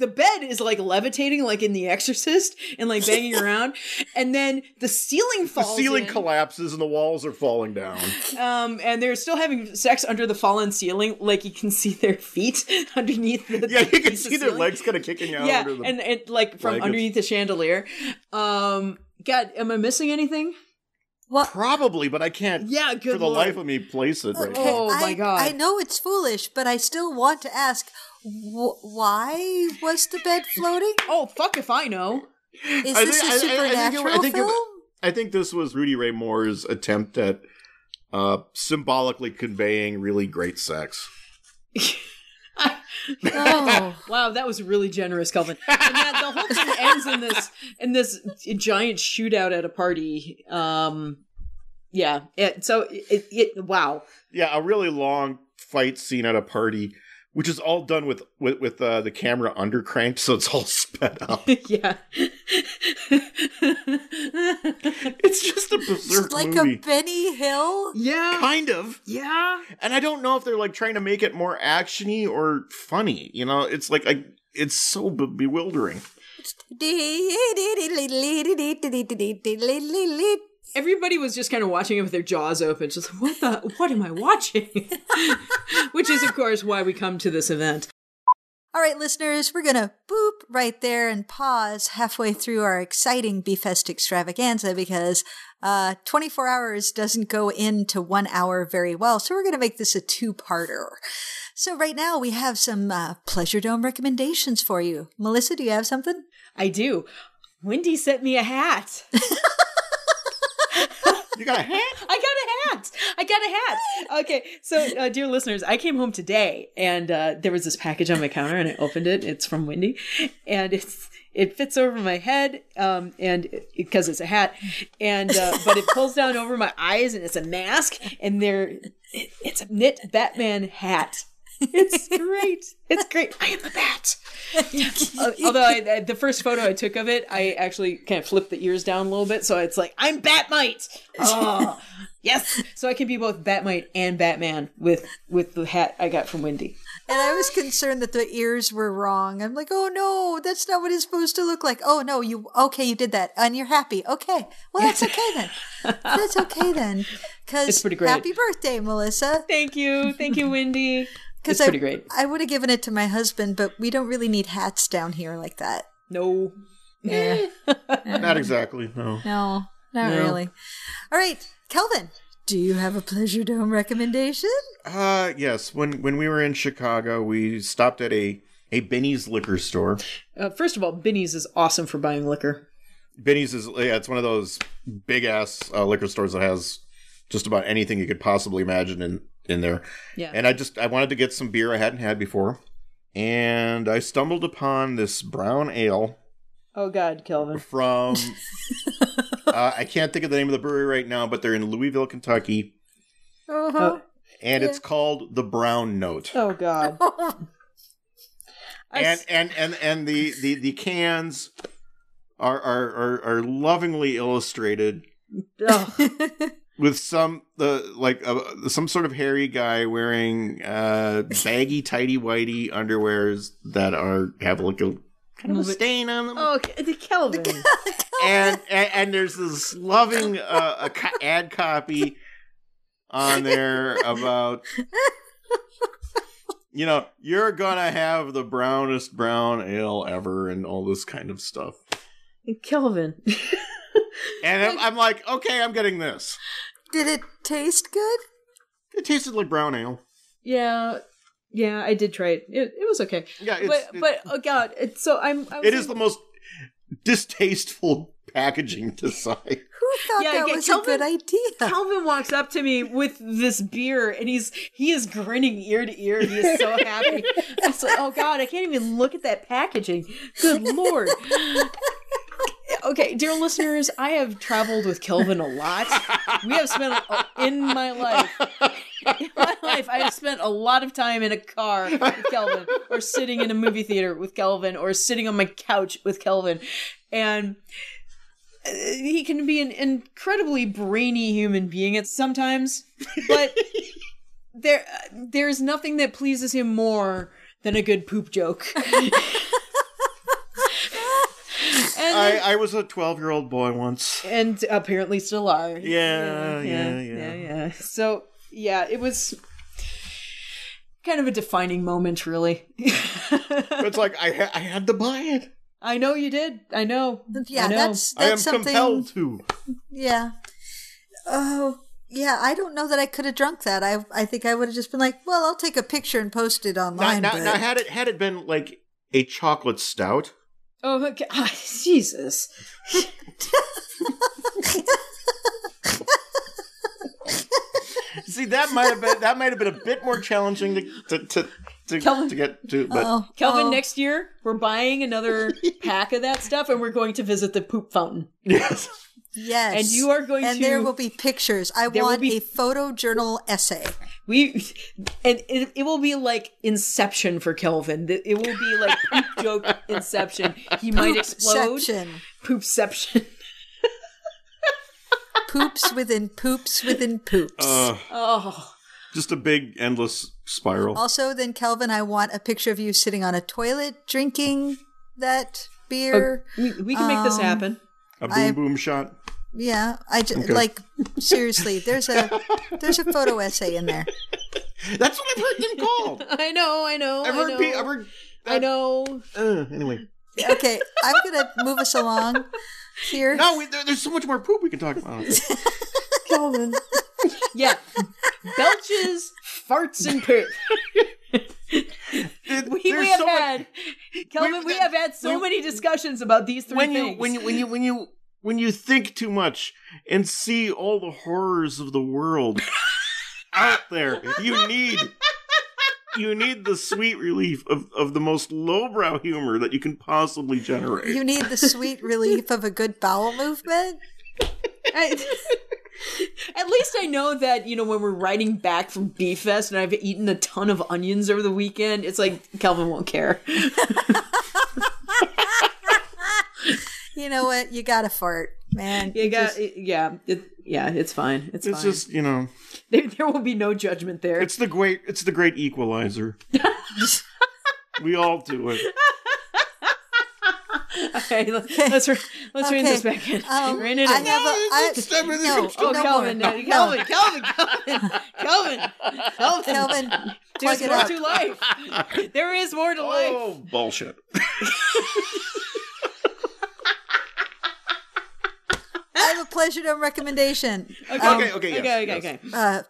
Speaker 1: the bed is like levitating like in the exorcist and like banging around and then the ceiling
Speaker 2: the
Speaker 1: falls
Speaker 2: ceiling
Speaker 1: in
Speaker 2: collapses and the walls are falling down.
Speaker 1: um, and they're still having sex under the fallen ceiling. Like you can see their feet underneath the
Speaker 2: yeah, you can
Speaker 1: piece of
Speaker 2: see their
Speaker 1: ceiling.
Speaker 2: legs kind of kicking out.
Speaker 1: Yeah,
Speaker 2: under the,
Speaker 1: and it like from
Speaker 2: blankets.
Speaker 1: underneath the chandelier. Um, God, am I missing anything?
Speaker 5: Well,
Speaker 2: Probably, but I can't
Speaker 1: Yeah, good
Speaker 2: for the
Speaker 1: lord.
Speaker 2: life of me place it right
Speaker 5: okay,
Speaker 2: now.
Speaker 1: Oh
Speaker 5: I,
Speaker 1: my God.
Speaker 5: I know it's foolish, but I still want to ask wh- why was the bed floating?
Speaker 1: Oh fuck if I know.
Speaker 5: Is
Speaker 2: I
Speaker 5: this
Speaker 2: think-
Speaker 5: a
Speaker 2: I- I- I think it-
Speaker 5: supernatural
Speaker 2: I think it-
Speaker 5: film?
Speaker 2: I think this was Rudy Ray Moore's attempt at uh, symbolically conveying really great sex.
Speaker 5: oh,
Speaker 1: Wow, that was really generous, Kelvin. And that the whole thing ends in this in this giant shootout at a party. Um, yeah. It, so it, it wow.
Speaker 2: Yeah, a really long fight scene at a party, which is all done with with, with uh, the camera undercranked, so it's all sped up.
Speaker 1: yeah.
Speaker 2: it's just a berserk
Speaker 5: like
Speaker 2: movie,
Speaker 5: a Benny Hill?
Speaker 1: yeah.
Speaker 2: kind of.
Speaker 1: Yeah.
Speaker 2: And I don't know if they're like trying to make it more actiony or funny. You know, it's like I, it's so be- bewildering.
Speaker 1: Everybody was just kind of watching it with their jaws open, just like, what the what am I watching? Which is of course why we come to this event.
Speaker 5: All right, listeners, we're going to boop right there and pause halfway through our exciting Beefest extravaganza because uh, 24 hours doesn't go into one hour very well. So we're going to make this a two parter. So right now we have some uh, Pleasure Dome recommendations for you. Melissa, do you have something?
Speaker 1: I do. Wendy sent me a hat.
Speaker 2: You got a hat?
Speaker 1: I got a hat. I got a hat. Okay, so uh, dear listeners, I came home today and uh, there was this package on my counter, and I opened it. It's from Wendy, and it's it fits over my head, um, and because it's a hat, and uh, but it pulls down over my eyes, and it's a mask, and there it, it's a knit Batman hat. It's great. It's great. I am a bat. Uh, although I, I- the first photo I took of it, I actually kind of flipped the ears down a little bit, so it's like I'm Batmite. Oh, yes! So I can be both Batmite and Batman with with the hat I got from Wendy.
Speaker 5: And I was concerned that the ears were wrong. I'm like, oh no, that's not what it's supposed to look like. Oh no, you okay? You did that, and you're happy. Okay, well that's okay then. that's okay then,
Speaker 1: It's
Speaker 5: because
Speaker 1: pretty great.
Speaker 5: happy birthday, Melissa.
Speaker 1: Thank you, thank you, Wendy. It's
Speaker 5: I,
Speaker 1: pretty great.
Speaker 5: I would have given it to my husband, but we don't really need hats down here like that.
Speaker 1: No,
Speaker 2: Not exactly. No.
Speaker 5: No, not
Speaker 1: No.
Speaker 5: really. All right, Kelvin, do you have a pleasure dome recommendation?
Speaker 2: Uh yes. When when we were in Chicago, we stopped at a a Benny's liquor store.
Speaker 1: uh, first of all, Benny's is awesome for buying liquor.
Speaker 2: Benny's is yeah, it's one of those big ass uh, liquor stores that has just about anything you could possibly imagine in in there.
Speaker 1: Yeah.
Speaker 2: And I just I wanted to get some beer I hadn't had before, and I stumbled upon this brown ale
Speaker 1: Oh God, Kelvin.
Speaker 2: from uh, I can't think of the name of the brewery right now, but they're in Louisville, Kentucky,
Speaker 1: Uh,
Speaker 5: Uh-huh.
Speaker 2: and it's called the Brown Note.
Speaker 1: Oh God. I s-
Speaker 2: and and and and the the the cans are are are, are lovingly illustrated
Speaker 1: ugh.
Speaker 2: with some the like uh, some sort of hairy guy wearing uh baggy tidy whitey underwears that are have like a kind of a stain on them
Speaker 1: oh, K- Kelvin.
Speaker 2: and, and and there's this loving uh, a co- ad copy on there about you know you're gonna have the brownest brown ale ever and all this kind of stuff
Speaker 1: Kelvin.
Speaker 2: and I'm, I'm like okay i'm getting this
Speaker 5: Did it taste good?
Speaker 2: it tasted like brown ale
Speaker 1: yeah, yeah. I did try it. It, it was okay.
Speaker 2: yeah it's,
Speaker 1: but
Speaker 2: it-
Speaker 1: but oh God. It's, so I'm. I was
Speaker 2: it is
Speaker 1: like-
Speaker 2: the most distasteful packaging design
Speaker 5: Who thought
Speaker 1: Yeah,
Speaker 5: that
Speaker 1: get
Speaker 5: was
Speaker 1: Kelvin-
Speaker 5: a good idea?
Speaker 1: Calvin walks up to me with this beer and he's he is grinning ear to ear. He is so happy. I was like, oh god, I can't even look at that packaging. Good lord. Okay, dear listeners, I have traveled with Kelvin a lot. We have spent a- in my life, in my life, I have spent a lot of time in a car with Kelvin, or sitting in a movie theater with Kelvin, or sitting on my couch with Kelvin, and he can be an incredibly brainy human being at sometimes, but there there's nothing that pleases him more than a good poop joke. and
Speaker 2: I, I was a 12 year old boy once
Speaker 1: and apparently still are.
Speaker 2: Yeah,
Speaker 1: yeah,
Speaker 2: yeah, yeah.
Speaker 1: yeah. So yeah, it was kind of a defining moment, really.
Speaker 2: but it's like I, ha- I had to buy it
Speaker 1: I know you did. I know. I
Speaker 5: Yeah,
Speaker 1: know.
Speaker 5: that's that's
Speaker 2: i am
Speaker 5: something.
Speaker 2: compelled to
Speaker 5: Yeah. oh yeah, I don't know that I could have drunk that. I I think I would have just been like, well, I'll take a picture and post it
Speaker 2: Now,
Speaker 5: online.
Speaker 2: now,
Speaker 5: but-
Speaker 2: now, had it had it been like a chocolate stout,
Speaker 1: Oh, okay. Ah, Jesus.
Speaker 2: see that might have been that might have been a bit more challenging to to to, to,
Speaker 1: Kelvin.
Speaker 2: to get to. But
Speaker 5: Oh,
Speaker 1: Kelvin,
Speaker 5: oh.
Speaker 1: next year we're buying another pack of that stuff and we're going to visit the poop fountain.
Speaker 2: yes,
Speaker 5: Yes.
Speaker 1: And you are going
Speaker 5: and
Speaker 1: to-
Speaker 5: there will be pictures. I
Speaker 1: There will
Speaker 5: want
Speaker 1: be-
Speaker 5: a photo journal essay.
Speaker 1: We and it, it will be like Inception for Kelvin. The- It will be like poop joke Inception. He might explode.
Speaker 5: Section.
Speaker 1: Poopception.
Speaker 5: Poops within poops within poops.
Speaker 1: Oh,
Speaker 2: uh, just a big endless spiral.
Speaker 5: also, then Kelvin, I want a picture of you sitting on a toilet drinking that beer.
Speaker 1: we, we can make this happen.
Speaker 2: a boom
Speaker 5: I-
Speaker 2: boom shot.
Speaker 5: Yeah, I just like seriously. There's a there's a photo essay in there.
Speaker 2: That's what I've heard them called.
Speaker 1: I know. I know.
Speaker 2: I've
Speaker 1: I
Speaker 2: heard.
Speaker 1: know.
Speaker 2: Pe- I've heard.
Speaker 1: I know.
Speaker 2: Uh, anyway,
Speaker 5: Okay, I'm gonna move us along here.
Speaker 2: no, we, there, there's so much more poop we can talk about.
Speaker 5: Kelvin.
Speaker 1: Yeah, belches, farts, and poop.
Speaker 2: It-
Speaker 1: We,
Speaker 2: there's
Speaker 1: we have
Speaker 2: so much-
Speaker 1: had Kelvin. We,
Speaker 2: we-
Speaker 1: have had so
Speaker 2: we-
Speaker 1: many discussions about these three
Speaker 2: when
Speaker 1: things.
Speaker 2: you when you when you when you when you think too much and see all the horrors of the world out there you need you need the sweet relief of, of the most lowbrow humor that you can possibly generate
Speaker 5: You need the sweet relief of a good bowel movement.
Speaker 1: I- at least I know that, you know, when we're riding back from Beef Fest and I've eaten a ton of onions over the weekend, it's like Calvin won't care.
Speaker 5: You know what? You gotta fart, man.
Speaker 1: You got- yeah, it, yeah, it's fine. It's,
Speaker 2: it's
Speaker 1: fine.
Speaker 2: just you know
Speaker 1: there, there will be no judgment there.
Speaker 2: it's the great it's the great equalizer we all do it
Speaker 1: okay, let's re- let's rein this
Speaker 5: Okay,
Speaker 1: back in.
Speaker 5: um,
Speaker 1: rein it
Speaker 5: I
Speaker 1: in.
Speaker 5: have a I, no,
Speaker 1: oh,
Speaker 5: no
Speaker 1: Calvin,
Speaker 5: more.
Speaker 1: now. Calvin, Calvin, Calvin, Calvin, Calvin,
Speaker 5: Kelvin, plug
Speaker 1: There's
Speaker 5: it
Speaker 1: more
Speaker 5: up.
Speaker 1: to life. There is more to life.
Speaker 2: oh bullshit
Speaker 5: I have a pleasure dome recommendation.
Speaker 2: okay okay
Speaker 1: okay,
Speaker 2: yes,
Speaker 1: okay,
Speaker 2: yes.
Speaker 1: okay.
Speaker 5: Uh,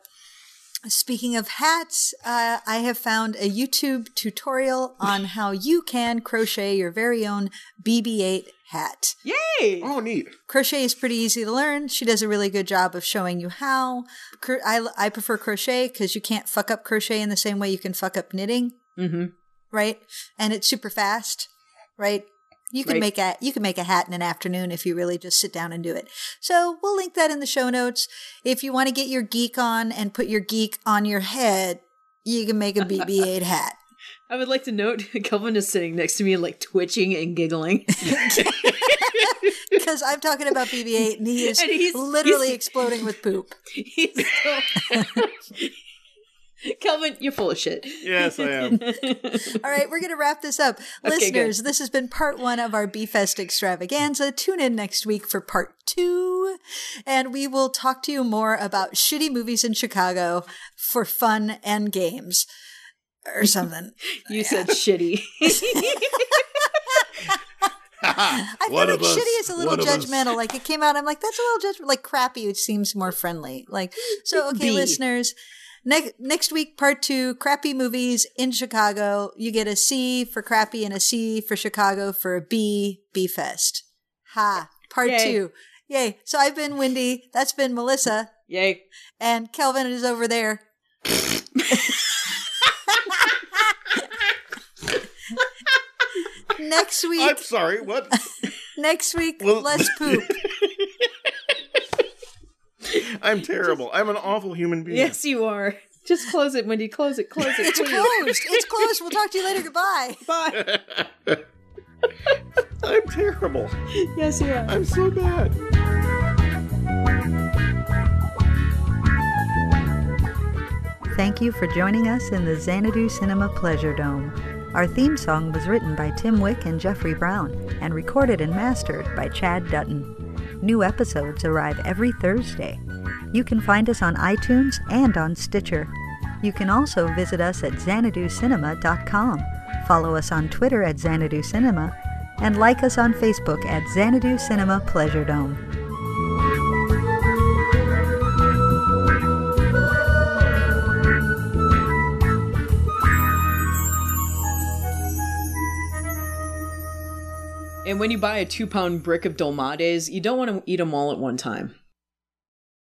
Speaker 5: speaking of hats, uh, I have found a YouTube tutorial on how you can crochet your very own BB-8 hat.
Speaker 1: Yay!
Speaker 2: oh neat
Speaker 5: Crochet is pretty easy to learn. She does a really good job of showing you how. Cro- I, I prefer crochet because you can't fuck up crochet in the same way you can fuck up knitting.
Speaker 1: Mm-hmm.
Speaker 5: right? And it's super fast, right? You can
Speaker 1: Right.
Speaker 5: make a you can make a hat in an afternoon if you really just sit down and do it. So we'll link that in the show notes. If you want to get your geek on and put your geek on your head, you can make a BB-8 hat.
Speaker 1: I would like to note Kelvin is sitting next to me, like twitching and giggling.
Speaker 5: Because I'm talking about BB-8 and he is
Speaker 1: And he's-
Speaker 5: literally
Speaker 1: he's-
Speaker 5: exploding with poop.
Speaker 1: He's still. Kelvin, you're full of shit.
Speaker 2: yes i am
Speaker 5: All right, we're going to wrap this up.
Speaker 1: Okay,
Speaker 5: Listeners, this has been part one of our B-Fest extravaganza. Tune in next week for part two, and we will talk to you more about shitty movies in Chicago for fun and games or something.
Speaker 1: You said shitty.
Speaker 5: I feel
Speaker 2: One Ah,
Speaker 5: like
Speaker 2: of us.
Speaker 5: shitty is a little
Speaker 2: One of us.
Speaker 5: judgmental. Like it came out, I'm like, that's a little judgmental. Like crappy, it seems more friendly. Like, so, okay,
Speaker 1: B.
Speaker 5: listeners. Next, next week, part two, crappy movies in Chicago. You get a C for crappy and a C for Chicago for a B, B Fest. Ha, part
Speaker 1: Yay.
Speaker 5: two. Yay. So I've been Wendy. That's been Melissa.
Speaker 1: Yay.
Speaker 5: And Kelvin is over there. next week.
Speaker 2: i'm sorry what
Speaker 5: Next week,
Speaker 2: Well-
Speaker 5: less poop.
Speaker 2: i'm terrible i'm an awful human being
Speaker 1: Yes, you are. Just close it, Wendy. Close it. Close it.
Speaker 5: It's
Speaker 1: Please.
Speaker 5: closed. It's closed. We'll talk to you later. Goodbye.
Speaker 1: Bye.
Speaker 2: i'm terrible
Speaker 1: Yes, you are.
Speaker 2: i'm so bad
Speaker 5: Thank you for joining us in the Xanadu Cinema Pleasure Dome. Our theme song was written by Tim Wick and Jeffrey Brown and recorded and mastered by Chad Dutton. New episodes arrive every Thursday. You can find us on iTunes and on Stitcher. You can also visit us at xanaducinema.com, follow us on Twitter at Xanadu Cinema, and like us on Facebook at Xanadu Cinema Pleasure Dome.
Speaker 1: And when you buy a two pound brick of dolmades, you don't want to eat them all at one time.